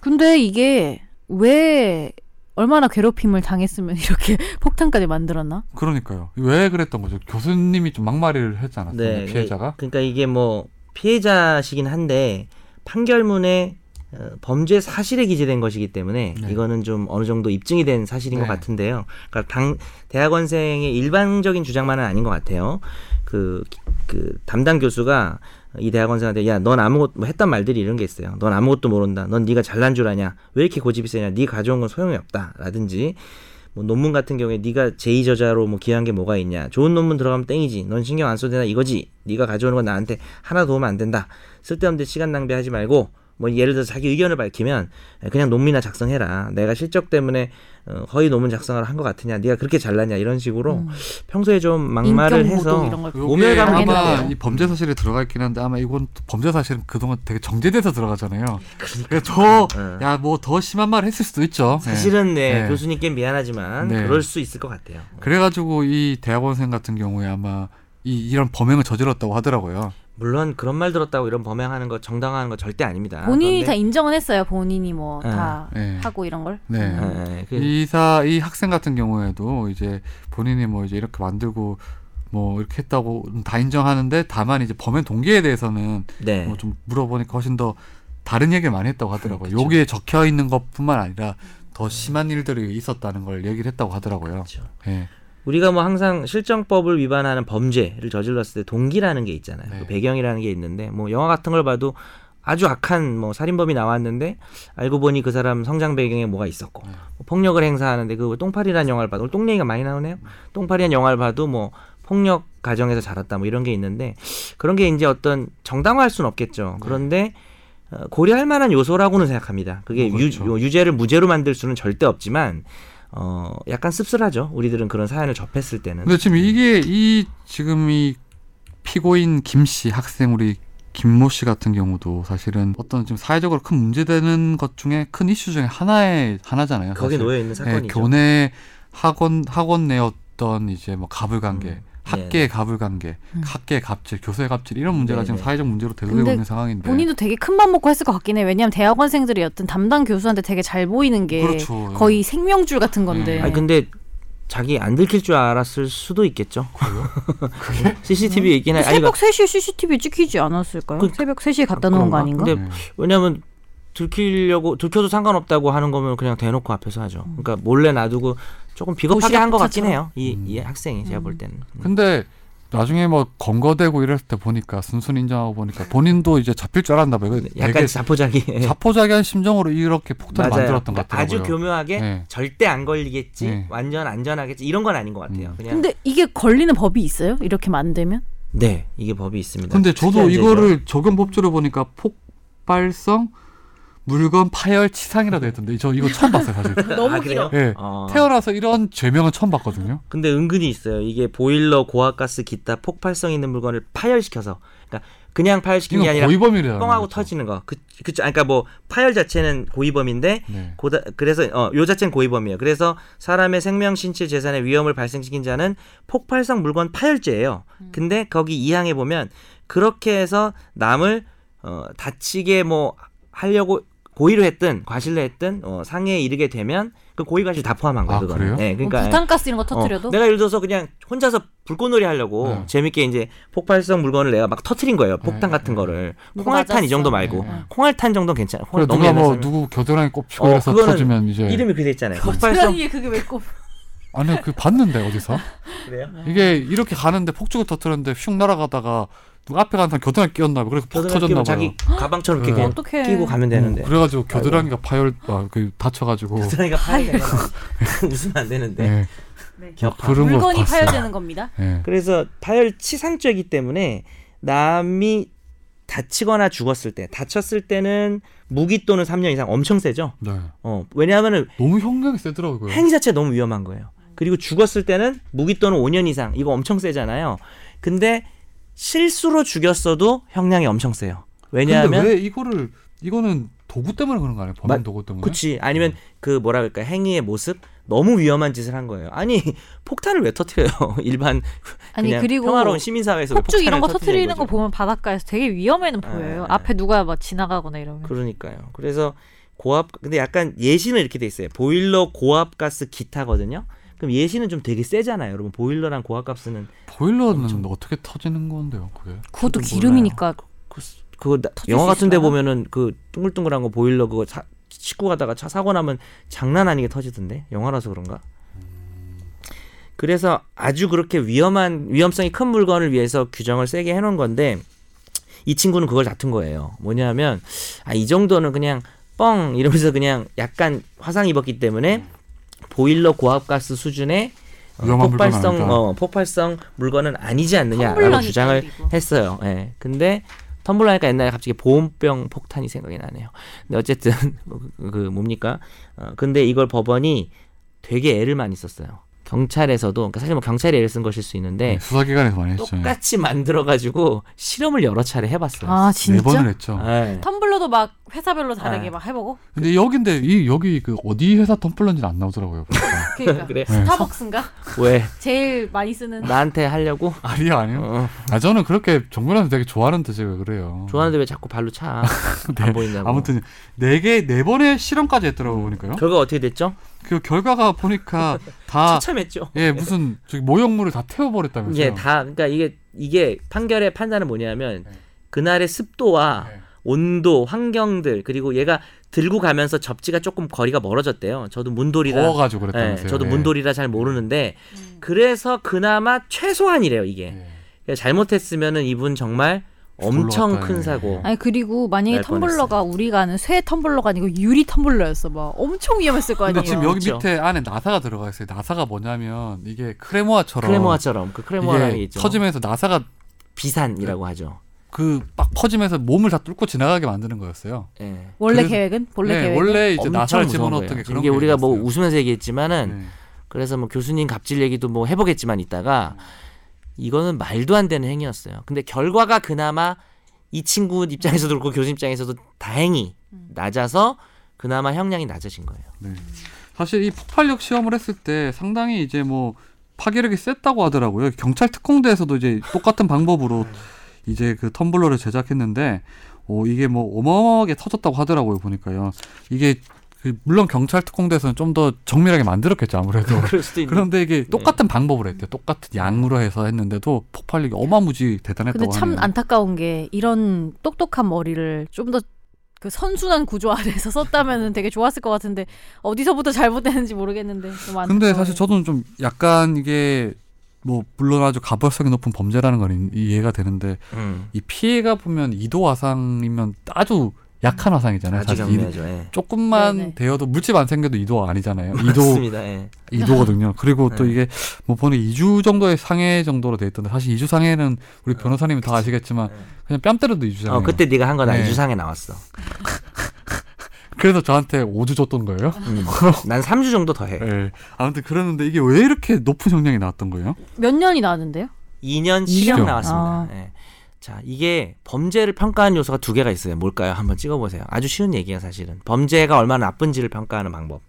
D: 근데 이게 왜 얼마나 괴롭힘을 당했으면 이렇게 폭탄까지 만들었나?
A: 그러니까요. 왜 그랬던 거죠? 교수님이 좀 막말을 했지 않았어요? 피해자가.
B: 그러니까 이게 뭐 피해자시긴 한데 판결문에 어, 범죄 사실에 기재된 것이기 때문에
A: 네.
B: 이거는 좀 어느 정도 입증이 된 사실인
A: 네.
B: 것 같은데요. 그러니까 당 대학원생의 일반적인 주장만은 아닌 것 같아요. 그, 그 담당 교수가 이 대학원생한테 야 넌 아무것 뭐 했던 말들이 이런 게 있어요. 넌 아무것도 모른다. 넌 네가 잘난 줄 아냐. 왜 이렇게 고집이 세냐. 네 가져온 건 소용이 없다.라든지 뭐 논문 같은 경우에 네가 제2 저자로 뭐 기여한 게 뭐가 있냐. 좋은 논문 들어가면 땡이지. 넌 신경 안 써도 되나 이거지. 네가 가져오는 건 나한테 하나 도움 안 된다. 쓸데없는 데 시간 낭비하지 말고 뭐 예를 들어 서 자기 의견을 밝히면 그냥 논문이나 작성해라. 내가 실적 때문에 어, 거의 논문 작성을 한 것 같으냐. 네가 그렇게 잘났냐 이런 식으로 평소에 좀 막말을
D: 음. 인격 모독
B: 해서 그
D: 이런 걸.
A: 요게
B: 모멸감
A: 아마
D: 당했네요.
A: 이 범죄 사실에 들어가 있긴 한데 아마 이건 또 범죄 사실은 그동안 되게 정제돼서 들어가잖아요. 그래서
B: 네.
A: 더야뭐 더 심한 말을 했을 수도 있죠. 예.
B: 사실은 네,
A: 네.
B: 교수님께 미안하지만
A: 네.
B: 그럴 수 있을 것 같아요.
A: 그래가지고 이 대학원생 같은 경우에 아마 이 이런 범행을 저질렀다고 하더라고요.
B: 물론 그런 말 들었다고 이런 범행하는 거 정당화하는 거 절대 아닙니다.
D: 본인이 다
B: 그런데-
D: 인정은 했어요. 본인이 뭐 다
A: 예.
D: 하고 이런 걸. 음.
A: 네.
B: 예, 예, 그-
A: 이사 이 학생 같은 경우에도 이제 본인이 뭐 이제 이렇게 만들고 뭐 이렇게 했다고 다 인정하는데 다만 이제 범행 동기에 대해서는
B: 네.
A: 뭐 좀 물어보니까 훨씬 더 다른 얘기를 많이 했다고 하더라고요.
B: 그쵸. 네.
A: 여기에 적혀 있는 것뿐만 아니라 더 심한 일들이 있었다는 걸 얘기를 했다고 하더라고요.
B: 그렇죠.
A: 예.
B: 우리가 뭐 항상 실정법을 위반하는 범죄를 저질렀을 때 동기라는 게 있잖아요.
A: 네.
B: 그 배경이라는 게 있는데 뭐 영화 같은 걸 봐도 아주 악한 뭐 살인범이 나왔는데 알고 보니 그 사람 성장 배경에 뭐가 있었고
A: 네.
B: 뭐 폭력을 행사하는데 그 똥파리라는 영화를 봐도 오늘 똥 얘기가 많이 나오네요. 똥파리란 영화를 봐도 뭐 폭력 가정에서 자랐다 뭐 이런 게 있는데 그런 게 이제 어떤 정당화할 수는
A: 네.
B: 없겠죠. 그런데 어, 고려할 만한 요소라고는 생각합니다. 그게
A: 어, 그렇죠.
B: 유, 죄를 무죄로 만들 수는 절대 없지만 어 약간 씁쓸하죠. 우리들은 그런 사연을 접했을 때는.
A: 근데 지금 이게 이 지금 이 피고인 김 씨 학생 우리 김모 씨 같은 경우도 사실은 어떤 지금 사회적으로 큰 문제되는 것 중에 큰 이슈 중에 하나의 하나잖아요. 사실.
B: 거기에 놓여 있는
A: 예,
B: 사건이죠.
A: 교내 학원 학원 내 어떤 이제 뭐 가불관계,
B: 음,
A: 학계 가불관계, 학계 갑질, 교수의 갑질 이런 문제가
B: 네,
A: 지금
B: 네.
A: 사회적 문제로 대두되고
D: 음. 근데
A: 있는 상황인데
D: 본인도 되게 큰 맘 먹고 했을 것 같긴 해. 왜냐면 대학원생들이 어떤 담당 교수한테 되게 잘 보이는 게
A: 그렇죠. 음.
D: 거의 생명줄 같은 건데.
B: 아니 근데 자기 안 들킬 줄 알았을 수도 있겠죠. 뭐 CCTV 있긴 해.
A: 뭐
B: 아니,
D: 새벽 3시에 CCTV 찍히지 않았을까요?
B: 그-
D: 새벽 3시에 갖다 놓은 거
B: 그런가?
D: 아닌가?
B: 근데
A: 네.
B: 왜냐면 들키려고 들켜도 상관없다고 하는 거면 그냥 대놓고 앞에서 하죠.
A: 음.
B: 그러니까 몰래 놔두고 조금 비겁하게
D: 도시락
B: 한 것 같긴
D: 부차처럼.
B: 해요. 이, 이 학생이 제가 볼 때는. 음.
A: 음. 근데 나중에 뭐 검거되고 이랬을 때 보니까 순순히 인정하고 보니까 본인도 이제 잡힐 줄 알았나 봐요. 이거
B: 네, 약간
A: 되게
B: 자포자기.
A: 자포자기한 심정으로 이렇게 폭탄을 만들었던 것
B: 그러니까
A: 같더라고요.
B: 아주 교묘하게
A: 네.
B: 절대 안 걸리겠지,
A: 네.
B: 완전 안전하겠지 이런 건 아닌 것 같아요.
A: 음.
B: 그냥
D: 근데 이게 걸리는 법이 있어요? 이렇게 만들면? 뭐
B: 네 이게 법이 있습니다.
A: 근데 저도
B: 특이한 죄죠.
A: 이거를 적용 법조를 보니까 폭발성 물건 파열 치상이라도 했던데 저 이거 처음 봤어요 사실.
B: 아, 그래요?
A: 예.
B: 어.
A: 태어나서 이런 죄명은 처음 봤거든요.
B: 근데 은근히 있어요. 이게 보일러, 고압가스, 기타 폭발성 있는 물건을 파열시켜서, 그러니까 그냥 파열시키는 게
A: 이건 그렇죠.
B: 아니라
A: 고의범이래요.
B: 뻥하고 터지는 거. 그, 그, 그러니까 뭐 파열 자체는 고의범인데
A: 네.
B: 고다, 그래서 어, 요 자체는 고의범이에요. 그래서 사람의 생명, 신체, 재산에 위험을 발생시킨 자는 폭발성 물건 파열죄예요.
D: 음.
B: 근데 거기 이항해 보면 그렇게 해서 남을 어, 다치게 뭐 하려고 고의로 했든 과실로 했든 어, 상해에 이르게 되면 그 고의 과실 다 포함한 거예요.
A: 아,
B: 그거는.
A: 그래요?
B: 네,
D: 뭐
B: 그러니까
D: 부탄가스 이런 거
B: 어,
D: 터뜨려도?
B: 내가 예를 들어서 그냥 혼자서 불꽃놀이 하려고
A: 네.
B: 재밌게 이제 폭발성 물건을 내가 막 터트린 거예요. 폭탄
A: 네,
B: 같은
A: 네.
B: 거를
D: 누구
B: 콩알탄 이
D: 맞았어?
B: 정도 말고
A: 네, 네.
B: 콩알탄 정도 는 괜찮아.
A: 그래
B: 콩알
A: 누가
B: 너무
A: 뭐
B: 옛날 사람이-
A: 누구 겨드랑이 꼽히고
B: 어,
A: 이래서
B: 그거는
A: 터지면 이제
B: 이름이 그게 됐잖아요.
D: 그렇죠.
B: 폭발성
D: 고양이 그게 왜 꼽?
A: 아니요 그 봤는데 어디서
B: 그래요?
A: 이게 이렇게 가는데 폭죽을 터뜨렸는데 휙 날아가다가 누가 앞에 가는 사람 겨드랑이 끼었나 봐. 그래서 폭
B: 겨드랑이 끼면
A: 터졌나 봐요.
B: 자기 가방처럼 이렇게
A: 네.
B: 그냥
D: 어떡해.
B: 예. 끼고 가면 되는데.
A: 어, 그래가지고 겨드랑이가 파열 아, 그 다쳐가지고
D: 어.
B: 겨드랑이가 파열되면 웃으면 안 되는데.
A: 예.
D: 네.
B: 격파.
A: 그런 거
D: 물건이
A: 봤어요.
D: 파열되는 겁니다.
A: 예.
B: 그래서 파열 치상죄이기 때문에 남이 다치거나 죽었을 때 다쳤을 때는 무기 또는 3년 이상 엄청 세죠.
A: 네.
B: 어, 왜냐하면은
A: 너무 형량이 세더라고요.
B: 행위 자체 가 너무 위험한 거예요. 그리고 죽었을 때는 무기 또는 5년 이상 이거 엄청 세잖아요. 근데 실수로 죽였어도 형량이 엄청 세요.
A: 근데
B: 왜냐하면
A: 왜 이거를 이거는 도구 때문에 그런 거 아니에요? 범인
B: 맞-
A: 도구 때문에?
B: 그치 아니면
D: 음.
B: 그 뭐라 그럴까 행위의 모습 너무 위험한 짓을 한 거예요. 아니 폭탄을 왜 터트려요? 일반
D: 아니,
B: 그냥
D: 그리고
B: 평화로운 시민 사회에서
D: 폭죽 이런 거
B: 터트리는
D: 터트리는 거 보면 바닷가에서 되게 위험해는
B: 아,
D: 보여요.
B: 아, 아.
D: 앞에 누가 막 지나가거나 이러면.
B: 그러니까요. 그래서 고압 근데 약간 예시는 이렇게 돼 있어요. 보일러 고압가스 기타거든요. 그럼 예시는 좀 되게 세잖아요. 여러분 보일러랑 고압가스는
A: 보일러는 어떻게 터지는 건데요, 그게?
D: 그것도
B: 몰라요.
D: 기름이니까
B: 그, 그거 나-
D: 터질
B: 영화
D: 수
B: 같은데
D: 있을까요?
B: 보면은 그 둥글둥글한 거 보일러 그거 사, 고 가다가 차 사고 나면 장난 아니게 터지던데 영화라서 그런가? 그래서 아주 그렇게 위험한 위험성이 큰 물건을 위해서 규정을 세게 해놓은 건데 이 친구는 그걸 다툰 거예요. 뭐냐면 아 이 정도는 그냥 뻥 이러면서 그냥 약간 화상 입었기 때문에 보일러 고압가스 수준의 어,
A: 위험한 물건
B: 폭발성
A: 아니다.
B: 어, 폭발성 물건은 아니지 않느냐라고
D: 텀블러니까
B: 주장을
D: 그리고.
B: 했어요. 예. 근데 텀블러니까 옛날에 갑자기 보온병 폭탄이 생각이 나네요. 근데 어쨌든 그- 그 뭡니까? 어, 근데 이걸 법원이 되게 애를 많이 썼어요. 경찰에서도 그러니까 사실 뭐 경찰이 애를 쓴 것일 수 있는데
A: 네, 수사기관에서 많이 했죠.
B: 똑같이 만들어 가지고 실험을 여러 차례 해봤어요.
D: 아
A: 네 번을
D: 진짜?
A: 했죠.
B: 예.
D: 텀블러도 막 회사별로 다르게
B: 아.
D: 막 해보고
A: 근데 여기인데 이 여기 그 어디 회사 텀블러인지는 안 나오더라고요. 보니까.
D: 그러니까
B: 그래
A: 네.
D: 스타벅스인가
B: 왜
D: 제일 많이 쓰는
B: 나한테 하려고
A: 아니요, 아니요.
B: 어,
A: 아 저는 그렇게 정면에서 되게 좋아하는데 제가 그래요.
B: 좋아하는데 왜 자꾸 발로 차?
A: 네.
B: 안 보인다고.
A: 아무튼 네 개 네 번의 실험까지 했더라고 요 보니까요.
B: 결과 어떻게 됐죠?
A: 그 결과가 보니까 다
B: 처참했죠.
A: 예, 무슨 저기 모형물을 다 태워버렸다면서요.
B: 이제 다 그러니까 이게 이게 판결의 판단은 뭐냐면
A: 그렇죠. 네.
B: 그날의 습도와
A: 네.
B: 온도, 환경들 그리고 얘가 들고 가면서 접지가 조금 거리가 멀어졌대요. 저도 문돌이라
A: 더워가지고
B: 예,
A: 그랬다면서요.
B: 저도
A: 예.
B: 문돌이라 잘 모르는데 그래서 그나마 최소한이래요 이게
A: 예.
B: 그러니까 잘못했으면은 이분 정말 엄청
A: 올라갔다네.
B: 큰 사고
C: 아니 그리고 만약에
B: 날 뻔했어요.
C: 텀블러가 우리가 아는 쇠 텀블러가 아니고 유리 텀블러였어 막 엄청 위험했을 거 아니에요.
A: 근데 지금 여기
B: 그렇죠.
A: 밑에 안에 나사가 들어가 있어요. 나사가 뭐냐면 이게 크레모아처럼
B: 크레모아처럼 그 크레모아라는 게
A: 이게
B: 있죠
A: 터지면서 나사가
B: 비산이라고 하죠
A: 그 막 퍼지면서 몸을 다 뚫고 지나가게 만드는 거였어요.
B: 예.
C: 원래
A: 그래서-
C: 계획은 본래
A: 네,
C: 계획은
A: 원래 이제
B: 엄청
A: 나사를
B: 무서운
A: 집어넣었던 게
B: 거예요.
A: 그런
B: 이게 우리가 뭐
A: 계획이었어요.
B: 웃으면서 얘기했지만은
A: 네.
B: 그래서 뭐 교수님 갑질 얘기도 뭐 해보겠지만 이따가 이거는 말도 안 되는 행위였어요. 근데 결과가 그나마 이 친구 입장에서도 그렇고 교수님 입장에서도 다행히 낮아서 그나마 형량이 낮아진 거예요.
A: 사실 이 폭발력 시험을 했을 때 상당히 이제 뭐 파괴력이 셌다고 하더라고요. 경찰 특공대에서도 이제 똑같은 방법으로 이제 그 텀블러를 제작했는데 어, 이게 뭐 어마어마하게 터졌다고 하더라고요. 보니까요. 이게 그 물론 경찰 특공대에서는 좀 더 정밀하게 만들었겠죠 아무래도
B: 그럴 수도 있는.
A: 그런데 이게 똑같은 방법으로 했대요 똑같은 양으로 해서 했는데도 폭발력이 어마무지
C: 근데
A: 대단했다고
C: 참
A: 하네요
C: 안타까운 게 이런 똑똑한 머리를 좀 더 그 선순환 구조 아래서 썼다면은 되게 좋았을 것 같은데 어디서부터 잘못됐는지 모르겠는데 너무 안타까워요.
A: 근데 사실 저는 좀 약간 이게 뭐 물론 아주 가벌성이 높은 범죄라는 건 이- 이해가 되는데
B: 음.
A: 이 피해가 보면 2도 화상이면 아주 약한 화상이잖아요.
B: 아주
A: 사실 이-
B: 경미하죠. 예.
A: 조금만
C: 네네.
A: 되어도 물집 안 생겨도 2도 아니잖아요. 2도
B: 맞습니다. 예.
A: 2도거든요. 그리고 또
B: 네.
A: 이게 뭐 보는 2주 정도의 상해 정도로 돼 있던데 사실 2주 상해는 우리 변호사님이 다 아시겠지만
B: 네.
A: 그냥 뺨 때려도 2주잖아요.
B: 어 그때 네가 한 건 아주
A: 네.
B: 주상에 나왔어.
A: 그래서 저한테 5주 줬던 거예요.
B: 음. 난 3주 정도 더
C: 네.
B: 해.
A: 예. 아무튼 그러는데 이게 왜 이렇게 높은 형량이 나왔던 거예요?
C: 몇 년이 나왔는데요?
A: 실형.
B: 2년 실형 나왔습니다.
C: 아.
B: 예. 자, 이게 범죄를 평가하는 요소가 두 개가 있어요. 뭘까요? 한번 찍어보세요. 아주 쉬운 얘기예요, 사실은. 범죄가 얼마나 나쁜지를 평가하는 방법.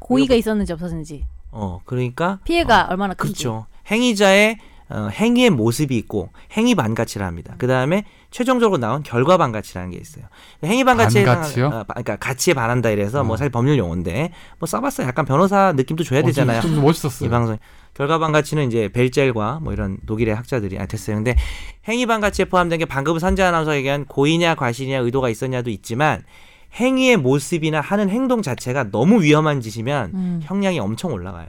C: 고의가 있었는지 없었는지
B: 어, 그러니까
C: 피해가 얼마나 큰지
B: 그렇죠. 행위자의 어, 행위의 모습이 있고 행위 반가치라 합니다. 그 다음에 최종적으로 나온 결과 반가치라는 게 있어요. 행위 반가치에
A: 반가치요?
B: 해당하- 어, 바- 그러니까 가치에 반한다 이래서
A: 어.
B: 뭐 사실 법률 용어인데 뭐 써봤어요. 약간 변호사 느낌도 줘야 되잖아요.
A: 어, 좀, 좀
B: 이
A: 멋있었어요.
B: 방송 결과반 가치는 이제 벨젤과 뭐 이런 독일의 학자들이 아 됐어요. 근데 행위반 가치에 포함된 게 방금 선재 아나운서 얘기한 고의냐 과실이냐 의도가 있었냐도 있지만 행위의 모습이나 하는 행동 자체가 너무 위험한 짓이면
C: 음.
B: 형량이 엄청 올라가요.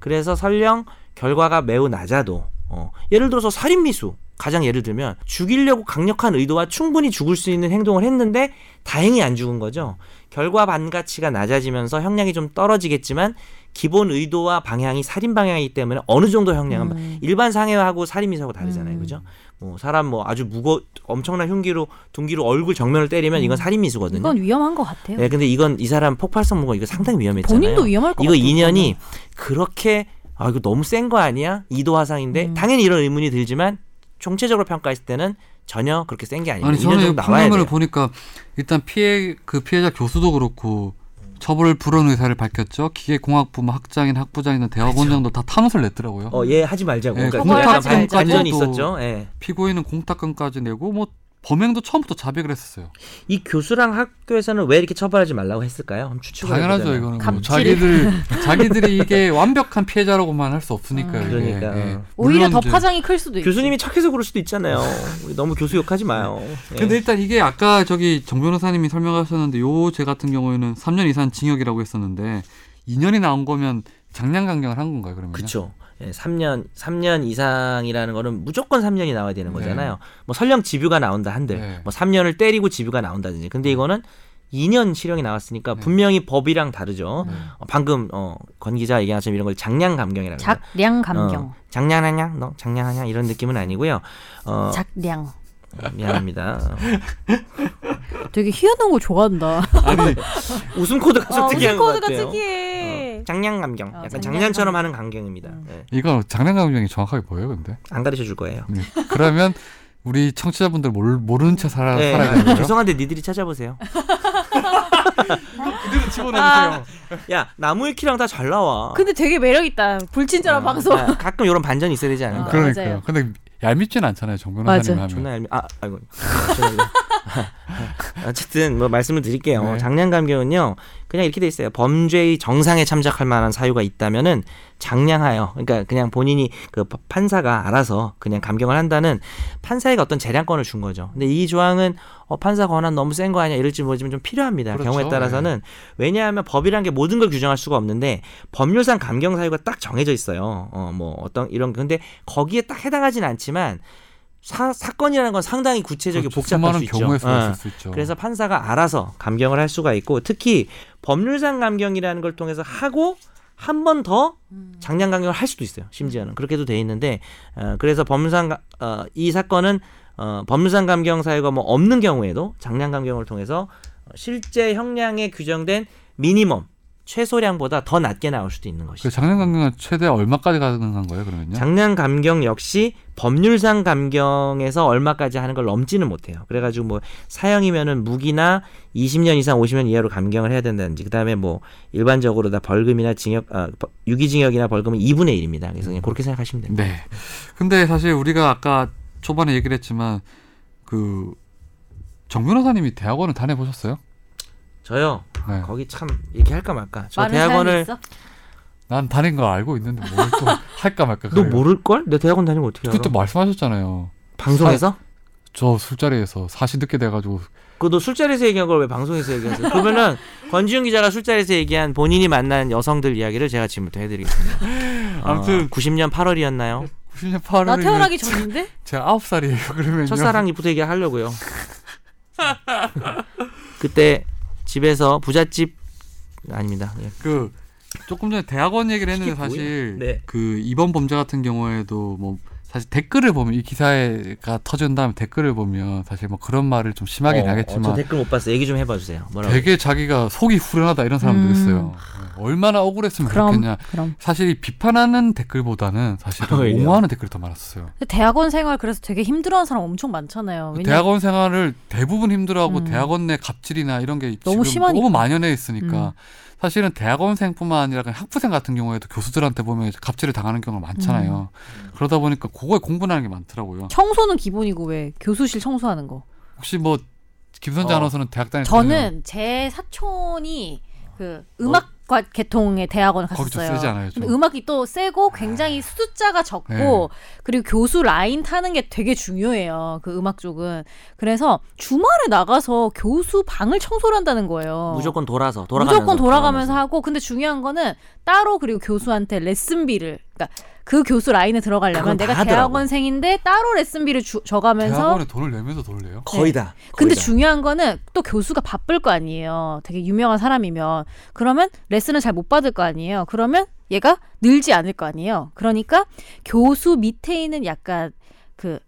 B: 그래서 설령 결과가 매우 낮아도 어, 예를 들어서 살인 미수 가장 예를 들면 죽이려고 강력한 의도와 충분히 죽을 수 있는 행동을 했는데 다행히 안 죽은 거죠. 결과 반가치가 낮아지면서 형량이 좀 떨어지겠지만 기본 의도와 방향이 살인 방향이기 때문에 어느 정도 형량은
C: 음.
B: 일반 상해하고 살인 미수하고 다르잖아요.
C: 음.
B: 그죠? 뭐 사람 뭐 아주 무거 엄청난 흉기로 둔기로 얼굴 정면을 때리면 이건 살인 미수거든요.
C: 음. 이건 위험한 것 같아요.
B: 네, 근데 이건 이 사람 폭발성 무거 이거 상당히 위험했잖아요.
C: 본인도 위험할 것
B: 이거
C: 같아요.
B: 2년이 그렇게 아 이거 너무 센 거 아니야? 이도 화상인데 당연히 이런 의문이 들지만 총체적으로 평가했을 때는 전혀 그렇게 센 게 아니에요.
A: 아니
B: 2년
A: 저는 이
B: 정도 나와야 돼요.
A: 폭로문을 보니까 일단 피해 그 피해자 교수도 그렇고 처벌 불원 의사를 밝혔죠. 기계공학부문 학장인 학부장이나 대학원장도 다 탄원서를 냈더라고요.
B: 그렇죠. 어, 예, 하지 말자고.
A: 예,
B: 그러니까
C: 공탁
B: 약간 반-
C: 말자고.
B: 반전이 있었죠. 예.
A: 피고인은 공탁금까지 내고 뭐 범행도 처음부터 자백을 했었어요.
B: 이 교수랑 학교에서는 왜 이렇게 처벌하지 말라고 했을까요? 한번 추측을
A: 당연하죠
B: 해보자면.
A: 이거는 뭐
C: 갑질.
A: 자기들 자기들이 이게 완벽한 피해자라고만 할 수 없으니까요.
C: 음.
A: 이게.
B: 그러니까.
A: 예.
C: 오히려
A: 물론
C: 더
A: 이제-
C: 파장이 클 수도 있고.
B: 교수님이 착해서 그럴 수도 있잖아요. 우리 너무 교수 욕하지 마요. 예.
A: 근데 일단 이게 아까 저기 정 변호사님이 설명하셨는데 요 죄 같은 경우에는 3년 이상 징역이라고 했었는데 2년이 나온 거면 장량 강경을 한 건가요 그러면?
B: 그쵸. 예, 3년, 3년 이상이라는 거는 무조건 3년이 나와야 되는 거잖아요. 뭐 설령 집유가 나온다 한들,
A: 네.
B: 뭐 3년을 때리고 집유가 나온다든지. 근데 이거는 2년 실형이 나왔으니까
A: 네.
B: 분명히 법이랑 다르죠.
A: 네.
B: 어, 방금 어, 권 기자 얘기한 것처럼 이런 걸 장량 감경이라고. 해요.
C: 작량 감경.
B: 어, 장량하냐? 너 장량하냐? 이런 느낌은 아니고요. 어,
C: 작량.
B: 미안합니다.
C: 되게 희한한 거 좋아한다.
B: 웃음 코드가 좀
C: 아,
B: 특이한
C: 웃음
B: 것
C: 코드가
B: 같아요.
C: 특이해.
B: 어, 장량 감경.
C: 어,
B: 약간
C: 장량
B: 장난처럼
C: 감경. 음.
B: 하는 감경입니다. 예,
A: 이거 장량 강경이 정확하게 뭐예요 근데?
B: 안 가르쳐 줄 거예요.
A: 네. 그러면 우리 청취자분들 모르, 모르는 채 살아,
B: 예,
A: 살아야 되는 거예요?
B: 죄송한데 니들이 찾아보세요.
A: 그대로
B: 아.
A: 집어넣으세요.
B: 야 나무위키랑 다 잘 나와.
A: 아.
C: 근데 되게 매력 있다. 불친절한
B: 아,
C: 방송.
A: 네.
B: 아, 가끔 이런 반전이 있어야 되지 않을까.
C: 아,
A: 그러니까요.
C: 맞아요.
A: 근데 얄밉진 않잖아요. 정 변호사님 하면.
B: 존나 얄미. 아 아이고. 아, 죄송합니다. 어쨌든 뭐 말씀을 드릴게요.
A: 네.
B: 장량감경은요. 그냥 이렇게 돼 있어요. 범죄의 정상에 참작할 만한 사유가 있다면은 장량하여 그러니까 그냥 본인이 그 파- 판사가 알아서 그냥 감경을 한다는 판사에게 어떤 재량권을 준 거죠. 근데 이 조항은 어, 판사 권한 너무 센 거 아니야 이럴지 모르지만 좀 필요합니다.
A: 그렇죠.
B: 경우에 따라서는 왜냐하면 법이란 게 모든 걸 규정할 수가 없는데 법률상 감경 사유가 딱 정해져 있어요. 어 뭐 어떤 이런 근데 거기에 딱 해당하진 않지만 사, 사건이라는 건 상당히 구체적이고 복잡할 수
A: 그렇죠. 수많은
B: 있죠.
A: 경우에
B: 어.
A: 서 있을 수 있죠.
B: 그래서 판사가 알아서 감경을 할 수가 있고 특히 법률상 감경이라는 걸 통해서 하고 한 번 더 장량 감경을 할 수도 있어요. 심지어는 그렇게도 돼 있는데 어, 그래서 법률상 가- 어, 이 사건은 어, 법률상 감경 사유가 뭐 없는 경우에도 장량 감경을 통해서 실제 형량에 규정된 미니멈 최소량보다 더 낮게 나올 수도 있는
A: 그
B: 것이죠.
A: 장량 감경은 최대 얼마까지 가능한 거예요, 그러면요?
B: 장량 감경 역시 법률상 감경에서 얼마까지 하는 걸 넘지는 못해요. 그래가지고 뭐 사형이면은 무기나 20년 이상 50년 이하로 감경을 해야 된다든지 그다음에 뭐 일반적으로 다 벌금이나 징역 아, 버- 유기징역이나 벌금은 2분의 1입니다. 그래서 그냥 그렇게 생각하시면 됩니다.
A: 네. 근데 사실 우리가 아까 초반에 얘기를 했지만 그 정변호사님이 대학원을 다녀 보셨어요?
B: 저요
A: 네.
B: 아, 거기 참 얘기할까 말까. 저
C: 많은 사연이
B: 대학원을
C: 있어?
A: 난 다닌 거 알고 있는데 뭘 또 할까 말까.
B: 너
A: 그래요.
B: 모를 걸? 내 대학원 다니면 어떻게 알아?
A: 그때 말씀하셨잖아요.
B: 방송에서?
A: 저 술자리에서 사시 듣게 돼가지고
B: 그너 술자리에서 얘기한 걸 왜 방송에서 얘기하세요? 그러면은 권지윤 기자가 술자리에서 얘기한 본인이 만난 여성들 이야기를 제가 지금부터 해드리겠습니다. 어,
A: 아무튼
B: 90년 8월이었나요?
A: 90년
C: 나
A: 8월이면
C: 태어나기 전인데?
A: 제가 9살이에요. 그러면
B: 첫사랑이부터 얘기하려고요. 그때 집에서 부잣집 아닙니다. 예.
A: 그 조금 전에 대학원 얘기를 했는데
B: 이게 뭐야?
A: 사실
B: 네.
A: 그 이번 범죄 같은 경우에도 뭐 사실 댓글을 보면 이 기사가 터진 다음에 댓글을 보면 사실 뭐 그런 말을 좀 심하게
B: 어,
A: 나겠지만
B: 어, 저 댓글 못 봤어요. 얘기 좀 해봐 주세요. 뭐라고?
A: 되게 자기가 속이 후련하다 이런 사람도
E: 음.
A: 있어요. 얼마나 억울했으면
E: 그럼.
A: 그렇겠냐.
E: 그럼
A: 사실 이 비판하는 댓글보다는 사실 은
B: 오히려.
A: 옹호하는 댓글이 더 많았어요.
C: 근데 대학원 생활 그래서 되게 힘들어하는 사람 엄청 많잖아요. 왜냐
A: 대학원 생활을 대부분 힘들어하고
C: 음.
A: 대학원 내 갑질이나 이런 게 지금
C: 너무 심하니까. 음.
A: 너무 만연해 있으니까 사실은 대학원생뿐만 아니라 그냥 학부생 같은 경우에도 교수들한테 보면 이제 갑질을 당하는 경우가 많잖아요.
C: 음.
A: 그러다 보니까 그거에 공부하는 게 많더라고요.
C: 청소는 기본이고 왜 교수실 청소하는 거.
A: 혹시 뭐 김선재
B: 어.
A: 아나운서는 대학 다닐 때는
C: 저는 제 사촌이 그 음악과 계통의 대학원을
A: 어? 거기 좀
C: 갔었어요.
A: 세지 않아요, 좀? 아.
C: 근데 음악이 또 세고 굉장히 숫자가 적고
A: 네.
C: 그리고 교수 라인 타는 게 되게 중요해요. 그 음악 쪽은. 그래서 주말에 나가서 교수 방을 청소를 한다는 거예요.
B: 무조건 돌아서 돌아가면서 어,
C: 무조건 돌아가면서 하고 근데 중요한 거는 따로 그리고 교수한테 레슨비를 그러니까 그 교수 라인에
B: 그건
C: 들어가려면
B: 다
C: 내가
B: 하더라고.
C: 대학원생인데 따로 레슨비를 주, 저가면서
A: 대학원에 돈을 내면서 돈을 내요?
B: 거의 다. 거의
C: 근데
B: 다.
C: 중요한 거는 또 교수가 바쁠 거 아니에요. 되게 유명한 사람이면 그러면 레슨을 잘 못 받을 거 아니에요. 그러면 얘가 늘지 않을 거 아니에요. 그러니까 교수 밑에 있는 약간 그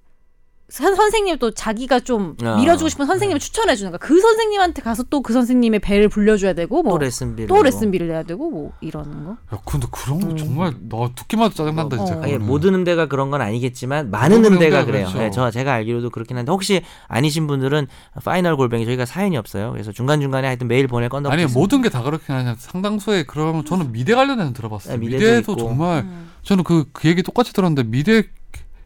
C: 선, 선생님 또 자기가 좀
B: 아.
C: 밀어주고 싶은 선생님을 추천해 주는 거야. 그 선생님한테 가서 또 그 선생님의 배를 불려줘야 되고
B: 또
C: 뭐
B: 레슨비.
C: 또 레슨비를 내야 되고 뭐 이러는 거.
A: 야, 근데 그런 거 정말 나 듣기만 해도 짜증난다 진짜.
C: 음. 어.
B: 아니,
A: 그거는.
B: 모든 음대가 그런 건 아니겠지만 많은
A: 모든
B: 음대가
A: 음대가
B: 그래요.
A: 그렇죠.
B: 네, 저 제가 알기로도 그렇긴 한데 혹시 아니신 분들은 파이널 골뱅이 저희가 사연이 없어요. 그래서 중간 중간에 하여튼 메일 보낼 건데
A: 아니
B: 없겠습니다.
A: 모든 게 다 그렇긴 하냐 상당수의 그러면 저는 미대 관련해서 들어봤어요
B: 네, 미대도
A: 미대에도
B: 있고.
A: 정말
C: 음.
A: 저는 그, 그 얘기 똑같이 들었는데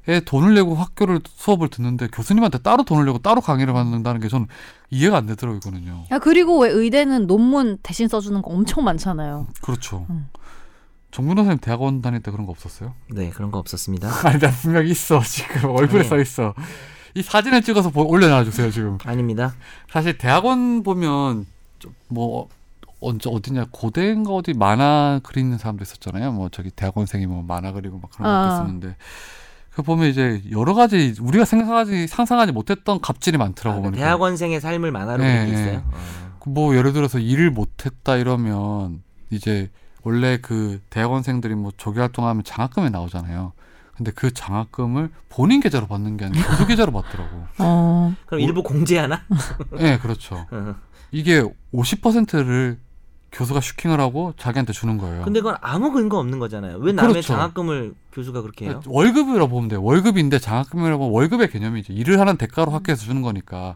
A: 미대에 돈을 내고 학교를 수업을 듣는데 교수님한테 따로 돈을 내고 따로 강의를 받는다는 게 저는 이해가 안 되더라고요 이거는요
C: 야 아, 그리고 왜 의대는 논문 대신 써주는 거 엄청 많잖아요.
A: 그렇죠
C: 음.
A: 정문 선생님 대학원 다닐 때 그런 거 없었어요?
B: 네 그런 거 없었습니다.
A: 아니 나 분명히 있어 지금 얼굴에
B: 아니.
A: 써 있어 이 사진을 찍어서 보- 올려놔주세요 지금
B: 아닙니다.
A: 사실 대학원 보면 좀뭐 언제 어디냐 고대인가 어디 만화 그리는 사람도 있었잖아요. 뭐 저기 대학원생이 뭐 만화 그리고 막 그런 것도
C: 아.
A: 있었는데 그 보면 이제 여러 가지 우리가 생각하지 상상하지 못했던 갑질이 많더라고
B: 아,
A: 보니까
B: 대학원생의 삶을 만화로
A: 네,
B: 그린 게 있어요.
A: 그뭐 예를 들어서 일을 못했다 이러면 이제 원래 그 대학원생들이 뭐 조교 활동하면 장학금이 나오잖아요. 근데 그 장학금을 본인 계좌로 받는 게 아니라 교수 계좌로 받더라고.
C: 어.
B: 그럼 일부 공제하나? 어.
A: 예, 네, 그렇죠. 이게 50%를 교수가 슈킹을 하고 자기한테 주는 거예요.
B: 근데 그건 아무 근거 없는 거잖아요. 왜 남의
A: 어. 그렇죠.
B: 장학금을 교수가 그렇게 해요?
A: 그러니까 월급이라고 보면 돼요. 월급인데 장학금이라고 하면 월급의 개념이죠. 일을 하는
B: 음.
A: 대가로 학교에서 주는 거니까.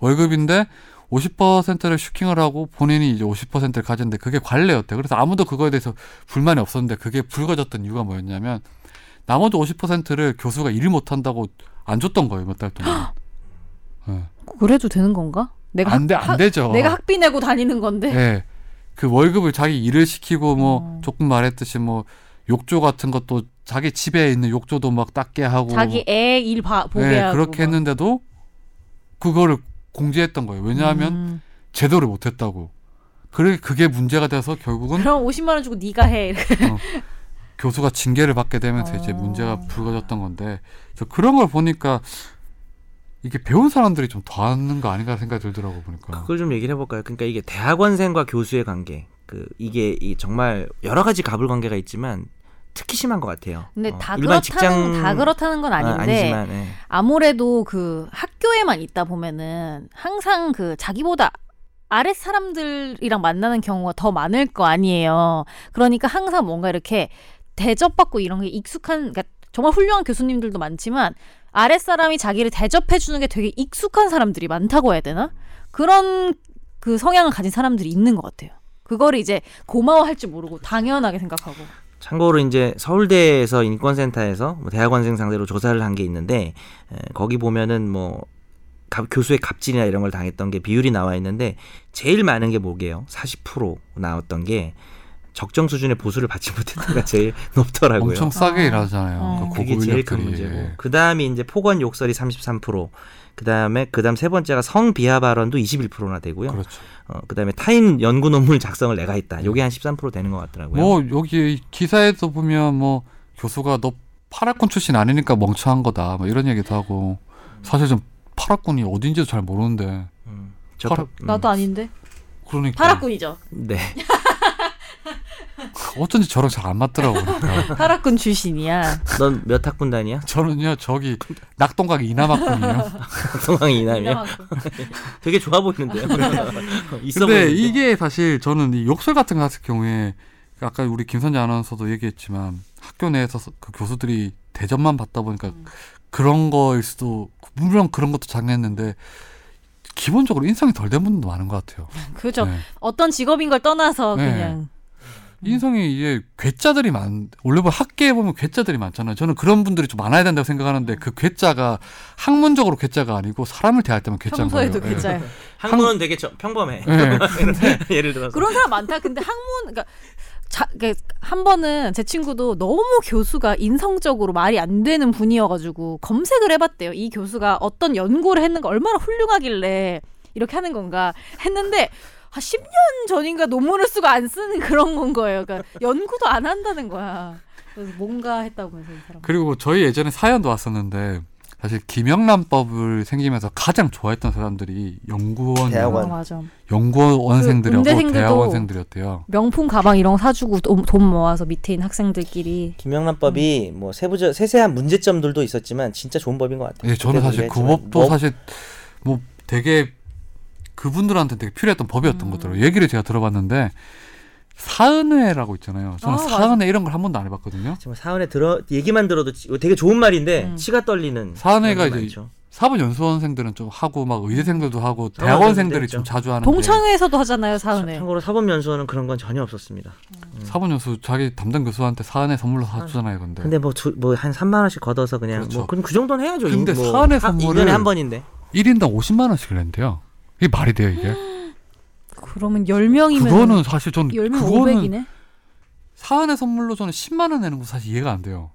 A: 월급인데 50%를 슈킹을 하고 본인이 이제 50%를 가졌는데 그게 관례였대요. 그래서 아무도 그거에 대해서 불만이 없었는데 그게 불거졌던 이유가 뭐였냐면 나머지 50%를 교수가 일을 못한다고 안 줬던 거예요. 몇 달 동안. 예.
C: 그래도 되는 건가? 내가
A: 안 돼, 안
C: 학-
A: 되죠.
C: 내가 학비 내고 다니는 건데.
A: 예. 그 월급을 자기 일을 시키고 뭐
C: 어.
A: 조금 말했듯이 뭐 욕조 같은 것도 자기 집에 있는 욕조도 막 닦게 하고
C: 자기 애 일 보게
A: 예,
C: 하고
A: 그렇게
C: 막.
A: 했는데도 그거를 공지했던 거예요. 왜냐하면
C: 음.
A: 제도를 못했다고. 그래 그게 문제가 돼서 결국은
C: 그럼 50만 원 주고 네가 해 이렇게.
A: 교수가 징계를 받게 되면서 이제
C: 어.
A: 문제가 불거졌던 건데 저 그런 걸 보니까 이게 배운 사람들이 좀 더하는 거 아닌가 생각이 들더라고 보니까.
B: 그걸 좀 얘기를 해볼까요? 그러니까 이게 대학원생과 교수의 관계, 그 이게 이 정말 여러 가지 가불 관계가 있지만 특히 심한 것 같아요.
C: 근데
B: 어,
C: 다
B: 일반
C: 그렇다는
B: 직장
C: 다 그렇다는 건
B: 아,
C: 아닌데
B: 아니지만 예.
C: 아무래도 그 학교에만 있다 보면은 항상 그 자기보다 아랫 사람들이랑 만나는 경우가 더 많을 거 아니에요. 그러니까 항상 뭔가 이렇게 대접받고 이런 게 익숙한, 그러니까 정말 훌륭한 교수님들도 많지만 아랫 사람이 자기를 대접해주는 게 되게 익숙한 사람들이 많다고 해야 되나? 그런 그 성향을 가진 사람들이 있는 것 같아요. 그거를 이제 고마워할 줄 모르고 당연하게 생각하고.
B: 참고로 이제 서울대에서 인권센터에서 뭐 대학원생 상대로 조사를 한 게 있는데 에, 거기 보면은 뭐 갑- 교수의 갑질이나 이런 걸 당했던 게 비율이 나와 있는데 제일 많은 게 뭐게요? 40% 나왔던 게 적정 수준의 보수를 받지 못했던가 제일 높더라고요.
A: 엄청 싸게
C: 아.
A: 일하잖아요.
C: 어.
A: 그
B: 그게
A: 고급
B: 제일 큰
A: 인력들이. 예.
B: 문제고 그 다음이 이제 폭언 욕설이 33% 그다음에 그다음 세 번째가 성 비하 발언도 21%나 되고요.
A: 그렇죠.
B: 어, 그다음에 타인 연구 논문 작성을 내가 했다. 요게 한 13% 되는 것 같더라고요.
A: 뭐 여기 기사에서 보면 뭐 교수가 너 파라군 출신 아니니까 멍청한 거다. 뭐 이런 얘기도 하고 사실 좀 파라군이 어딘지도 잘 모르는데
B: 음, 저-
A: 파라-
B: 음,
C: 나도 아닌데.
A: 그러니까
C: 파라군이죠.
B: 네.
A: 어쩐지 저랑 잘 안 맞더라고. 그러니까.
C: 파라군 출신이야.
B: 넌 몇 학군단이야?
A: 저는요 저기 낙동강 이남학군이요.
B: 성황 이남이야. 되게 좋아 보이는데요. 있어
A: 근데
B: 보이는데.
A: 이게 사실 저는 이 욕설 같은 거 했을 경우에 아까 우리 김선재 아나운서도 얘기했지만 학교 내에서 그 교수들이 대접만 받다 보니까 그런 거일 수도 물론 그런 것도 장했는데 기본적으로 인성이 덜 된 분도 많은 것 같아요.
C: 그죠.
A: 네.
C: 어떤 직업인 걸 떠나서
A: 네.
C: 그냥
A: 인성이 이제 괴짜들이 많 원래 보면 학계에 보면 괴짜들이 많잖아요. 저는 그런 분들이 좀 많아야 된다고 생각하는데 그 괴짜가 학문적으로 괴짜가 아니고 사람을 대할 때만 괴짜인 거예요.
C: 평소에도
A: 예.
C: 괜찮아요.
B: 학문은 되게 저- 평범해.
A: 예.
B: 예를 들어서.
C: 그런 사람 많다. 근데 학문 그러니까 자, 그러니까 한 번은 제 친구도 너무 교수가 인성적으로 말이 안 되는 분이어가지고 검색을 해봤대요. 이 교수가 어떤 연구를 했는가 얼마나 훌륭하길래 이렇게 하는 건가 했는데 한 10년 전인가 논문을 쓰고 안 쓰는 그런 건 거예요. 그러니까 연구도 안 한다는 거야. 그래서 뭔가 했다고면서 이 사람.
A: 그리고 저희 예전에 사연도 왔었는데 사실 김영란법을 생기면서 가장 좋아했던 사람들이 연구원
F: 대학원.
C: 어, 맞아.
A: 연구원생들이었고
C: 그 음대생들도-
A: 대학원생들이었대요.
C: 명품 가방 이런 거 사주고 돈, 돈 모아서 밑에 있는 학생들끼리 음.
B: 김영란법이 뭐 세부적 세세한 문제점들도 있었지만 진짜 좋은 법인 것 같아요.
A: 예, 저는
C: 네,
A: 사실 그
B: 그때도
A: 법도
B: 뭐-
A: 사실 뭐 되게 그분들한테 되게 필요했던 법이었던
C: 음.
A: 것 같더라고요. 얘기를 제가 들어봤는데 사은회라고 있잖아요. 저는
C: 아, 맞아.
A: 사은회 이런 걸 한 번도 안 해봤거든요.
B: 정말 사원에 들어 얘기만 들어도 치- 되게 좋은 말인데
C: 음.
B: 치가 떨리는
A: 사은회가
B: 경우가
A: 이제
B: 많죠.
A: 사법 연수원생들은 좀 하고 막 의대생들도 하고
B: 사법
A: 대학원생들이
B: 연수원들
A: 좀 자주 하는데
C: 음, 그렇죠. 동창회에서도 하잖아요 사은회.
B: 참고로 사법연수원은 그런 건 전혀 없었습니다.
A: 사법 연수 자기 담당 교수한테 사은회 선물로 사주잖아요. 근데
B: 근데 뭐 뭐한 3만 원씩 걷어서 그냥
A: 그렇죠.
B: 뭐 그럼 그 정도는 해야죠.
A: 근데
B: 이- 뭐
A: 사은회
B: 하-
A: 선물을-
B: 1년에 한 번인데.
A: 1인당 50만 원씩을 낸대요. 이게 말이 돼요 이게?
C: 그러면 음, 10명이면
A: 그거는 사실 전
C: 10명
A: 그거는
C: 500이네.
A: 사은의 선물로 저는 10만 원 내는 거 사실 이해가 안 돼요.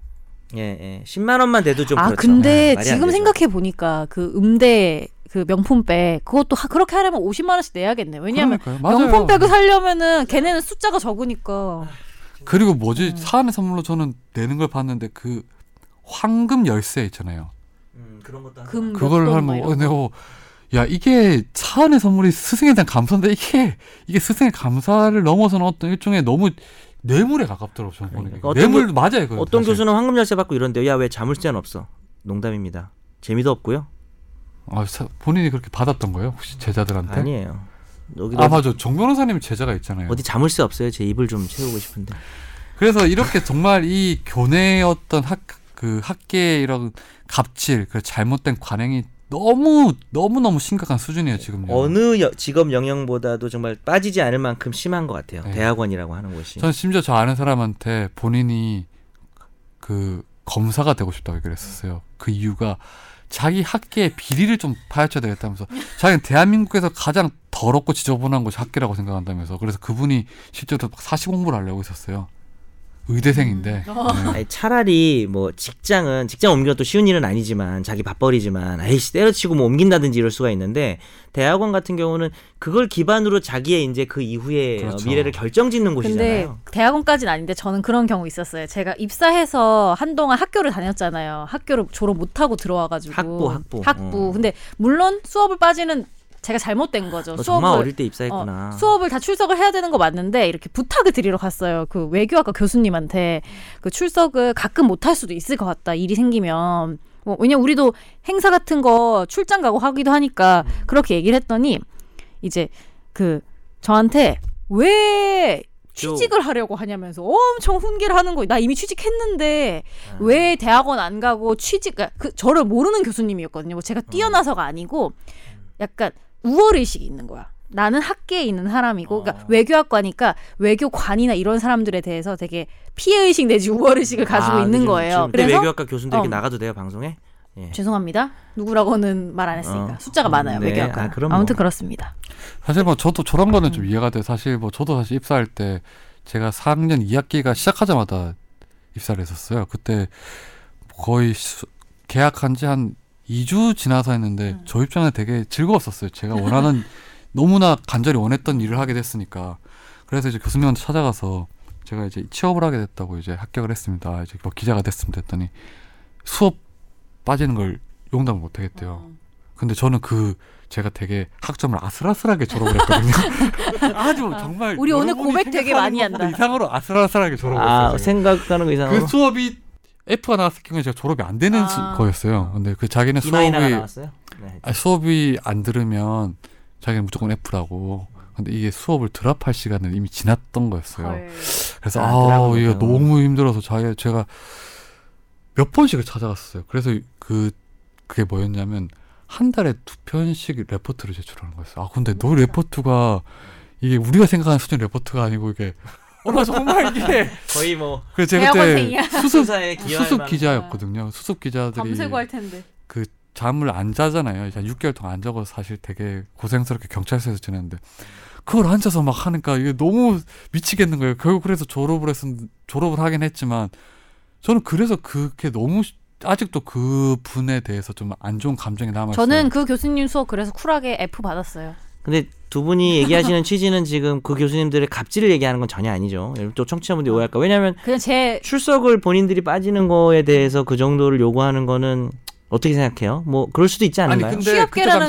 B: 예, 예. 10만 원만 돼도 좀
C: 아
B: 그렇죠. 예,
C: 근데
B: 말이 안
C: 지금
B: 되죠.
C: 생각해 보니까 그 음대 그 명품백 그것도 하- 그렇게 하려면 50만 원씩 내야겠네. 왜냐하면
A: 그러니까요. 맞아요.
C: 명품백을 사려면은 걔네는 숫자가 적으니까
A: 그리고 뭐지
B: 음.
A: 사안의 선물로 저는 내는 걸 봤는데 그 황금 열쇠 있잖아요.
B: 음, 그런 것도 하나.
C: 금
A: 그걸
C: 몇돈
A: 하면
C: 막
A: 어,
C: 이런
A: 네,
C: 거.
A: 어, 야 이게 사안의 선물이 스승에 대한 감사인데 이게 이게 스승의 감사를 넘어서는 어떤 일종의 너무 뇌물에 가깝더라고 저는 보니까
B: 그러니까 어떤
A: 뇌물 맞아요 이거
B: 어떤 교수는 황금 열쇠 받고 이런데 야 왜 자물쇠는 없어? 농담입니다. 재미도 없고요.
A: 아, 사- 본인이 그렇게 받았던 거예요 혹시 제자들한테?
B: 아니에요. 여기
A: 네? 아 맞아 네. 정 변호사님 제자가 있잖아요.
B: 어디 자물쇠 없어요? 제 입을 좀 채우고 싶은데.
A: 그래서 이렇게 정말 이 교내의 어떤 학 그 학계의 이런 갑질 그 잘못된 관행이 너무 너무 너무 심각한 수준이에요 지금요.
B: 어느 여- 직업 영역보다도 정말 빠지지 않을 만큼 심한 것 같아요.
A: 네.
B: 대학원이라고 하는 곳이.
A: 전 심지어 저 아는 사람한테 본인이 그 검사가 되고 싶다고 얘기를 했었어요. 그 이유가 자기 학계의 비리를 좀 파헤쳐야 되겠다면서 자기는 대한민국에서 가장 더럽고 지저분한 곳이 학교라고 생각한다면서 그래서 그분이 실제로 막 사시 공부를 하려고 있었어요. 의대생인데 네.
B: 아니, 차라리 뭐 직장은 직장 옮기는 또 쉬운 일은 아니지만 자기 밥벌이지만 아이씨 때려치고 뭐 옮긴다든지 이럴 수가 있는데 대학원 같은 경우는 그걸 기반으로 자기의 이제 그 이후에
A: 그렇죠.
B: 미래를 결정짓는
C: 근데
B: 곳이잖아요.
C: 대학원까지는 아닌데 저는 그런 경우 있었어요. 제가 입사해서 한동안 학교를 다녔잖아요. 학교를 졸업 못 하고 들어와가지고
B: 학부, 학부.
C: 학부.
B: 어.
C: 근데 물론 수업을 빠지는 제가 잘못된 거죠.
B: 너
C: 수업을
B: 정말 어릴 때
C: 어,
B: 입사했구나.
C: 수업을 다 출석을 해야 되는 거 맞는데 이렇게 부탁을 드리러 갔어요. 그 외교학과 교수님한테 그 출석을 가끔 못 할 수도 있을 것 같다. 일이 생기면. 뭐 왜냐 우리도 행사 같은 거 출장 가고 하기도 하니까 그렇게 얘기를 했더니 이제 그 저한테 왜 취직을 하려고 하냐면서 엄청 훈계를 하는 거예요. 나 이미 취직했는데 왜 대학원 안 가고 취직 그러니까 그 저를 모르는 교수님이었거든요. 뭐 제가 뛰어나서가 아니고 약간 우월의식이 있는 거야. 나는 학계에 있는 사람이고, 그러니까 외교학과니까 외교관이나 이런 사람들에 대해서 되게 피해의식 내지 우월의식을 가지고
B: 아,
C: 있는
B: 요즘-
C: 거예요.
B: 요즘- 근데
C: 그래서
B: 외교학과 교수인데 이렇게
C: 어.
B: 나가도 돼요 방송에? 예.
C: 죄송합니다. 누구라고는 말 안 했으니까
B: 어.
C: 숫자가 많아요
B: 네,
C: 외교학과.
B: 아,
C: 아,
B: 그럼 뭐.
C: 아무튼 그렇습니다.
A: 사실 뭐 저도 저런 거는 좀 이해가 돼. 요 사실 뭐 저도 사실 입사할 때 제가 4학년 2학기가 시작하자마자 입사를 했었어요. 그때 거의 수- 계약한 지 한 2주 지나서 했는데 저 입장에 되게 즐거웠었어요. 제가 원하는 너무나 간절히 원했던 일을 하게 됐으니까. 그래서 이제 교수님한테 찾아가서 제가 이제 취업을 하게 됐다고 이제 합격을 했습니다. 이제 뭐 기자가 됐습니다 했더니 수업 빠지는 걸 용납을 못
C: 어.
A: 하겠대요. 근데 저는 그 제가 되게 학점을 아슬아슬하게 졸업을 했거든요. 아주 정말
C: 우리 오늘
A: 여러분이
C: 고백 되게
A: 생각하는
C: 많이
A: 것보다
C: 한다.
A: 이상으로 아슬아슬하게 졸업을
B: 아
A: 했어요. 제가.
B: 생각하는 거 이상으로
A: 그 수업이 F가 나왔을 경우에 제가 졸업이 안 되는
C: 아.
A: 수- 거였어요. 근데 그 자기는 수업이
B: 이마이나가 나왔어요. 네.
A: 아, 수업이 안 들으면 자기는 무조건 F라고. 근데 이게 수업을 드랍할 시간은 이미 지났던 거였어요. 그래서
B: 아,
A: 아, 우
B: 드라마구나.
A: 이거 너무 힘들어서 자기 제가 몇 번씩을 찾아갔어요. 그래서 그 그게 뭐였냐면 한 달에 두 편씩 레포트를 제출하는 거였어요. 아 근데 너 레포트가 이게 우리가 생각하는 수준 레포트가 아니고 이게 엄마 정말 이게
B: 거의 뭐
A: 그래서 제가 그때
C: 대학원생이야.
A: 수습
B: 수사에 기여할
A: 수습
B: 만한-
A: 기자였거든요. 수습 기자들이
C: 밤새고 할 텐데.
A: 잠을 안 자잖아요. 이제 6개월 동안 안 자고 사실 되게 고생스럽게 경찰서에서 지냈는데 그걸 앉아서 막 하니까 이게 너무 미치겠는 거예요. 결국 그래서 졸업을 했은 졸업을 하긴 했지만 저는 그래서 그게 너무 시- 아직도 그 분에 대해서 좀 안 좋은 감정이 남아 있어요.
C: 저는 그 교수님 수업 그래서 쿨하게 F 받았어요.
B: 근데 두 분이 얘기하시는 취지는 지금 그 교수님들의 갑질을 얘기하는 건 전혀 아니죠. 여러분 또 청취자분들이 오해할까. 왜냐하면
C: 그냥 제
B: 출석을 본인들이 빠지는 거에 대해서 그 정도를 요구하는 거는 어떻게 생각해요? 뭐 그럴 수도 있지 않을까요?
A: 근데
C: 취업계라는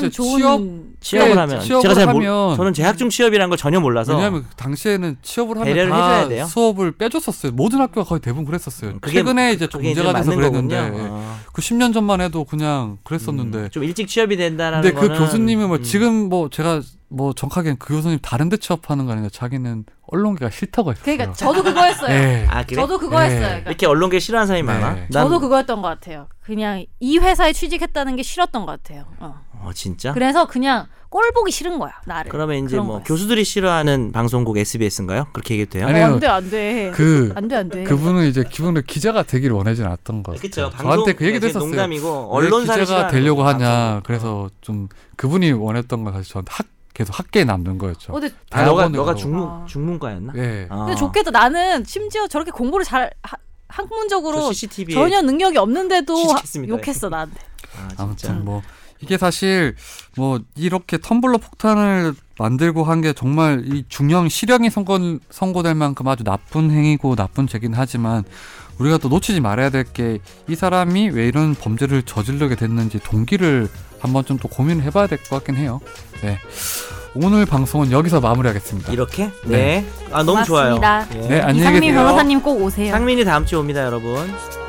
A: 그때 당시에
C: 좋은
A: 취업-
B: 취업을
A: 네,
B: 하면
A: 취업을
B: 제가 잘 모르,
A: 하면-
B: 저는 재학 중 취업이라는 걸 전혀 몰라서
A: 왜냐하면 그 당시에는 취업을 하면
B: 배려를
A: 다
B: 해줘야 돼요?
A: 수업을 빼줬었어요. 모든 학교가 거의 대부분 그랬었어요.
B: 그게-
A: 최근에 이제 좀
B: 그게 이제
A: 문제가 돼서
B: 맞는
A: 그랬는데
B: 거군요. 음. 아,
A: 그 10년 전만 해도 그냥 그랬었는데
B: 좀 일찍 취업이 된다라는
A: 근데 그
B: 거는
A: 교수님은 뭐
B: 음,
A: 지금 뭐 제가 뭐 정확하게는 그 교수님 다른 데 취업하는 거 아니라 자기는 언론계가 싫다고 했어요.
C: 그러니까 저도 그거 했어요.
A: 예.
B: 아 그래?
C: 저도 그거
A: 예.
C: 했어요. 그러니까
B: 이렇게 언론계 싫어하는 사람이
A: 네.
B: 많아? 난-
C: 저도 그거였던 것 같아요. 그냥 이 회사에 취직했다는 게 싫었던 것 같아요. 어.
B: 어, 진짜?
C: 그래서 그냥 꼴 보기 싫은 거야 나를.
B: 그러면 이제
C: 그런
B: 뭐
C: 거였어.
B: 교수들이 싫어하는 방송국 SBS인가요? 그렇게 얘기해도 돼요?
A: 아니,
C: 어, 안 돼, 안 돼.
A: 그
B: 아,
C: 안 돼, 안 돼.
A: 그분은 이제 기본으로 기자가 되길 원하진 않았던 것 같아요.
B: 그쵸, 방송-
A: 저한테 그 얘기도
B: 네,
A: 했었어요.
B: 농담이고
A: 왜
B: 언론사를
A: 기자가
B: 싫어하는
A: 되려고
B: 거죠, 어.
A: 하냐.
B: 방송국. 아,
A: 그래서 좀 그분이 원했던 건 사실 저한테 학 계속 학계에 남는 거였죠.
C: 어, 근데,
B: 아, 너가
A: 대학원으로.
B: 너가 중문
C: 아.
B: 중문과였나?
A: 예.
B: 아.
C: 근데 좋겠다. 나는 심지어 저렇게 공부를 잘 하,
B: 저
C: 학문적으로
B: CCTV 에-
C: 전혀 능력이 없는데도 하-
B: 취직했습니다.
C: 욕했어 나한테.
B: 아, 진짜.
A: 아무튼 뭐 이게 사실 뭐 이렇게 텀블러 폭탄을 만들고 한 게 정말 이 중형 실형이 선고 선고될 만큼 아주 나쁜 행위고 나쁜 죄긴 하지만 우리가 또 놓치지 말아야 될 게 이 사람이 왜 이런 범죄를 저지르게 됐는지 동기를 한번 좀 또 고민을 해봐야 될 것 같긴 해요. 네. 오늘 방송은 여기서 마무리하겠습니다.
B: 이렇게? 네. 아 너무
C: 고맙습니다.
B: 좋아요. 예.
A: 네, 안녕히
C: 이상민
A: 계세요. 네.
C: 변호사님 꼭 오세요.
B: 상민이 다음 주에 옵니다, 여러분.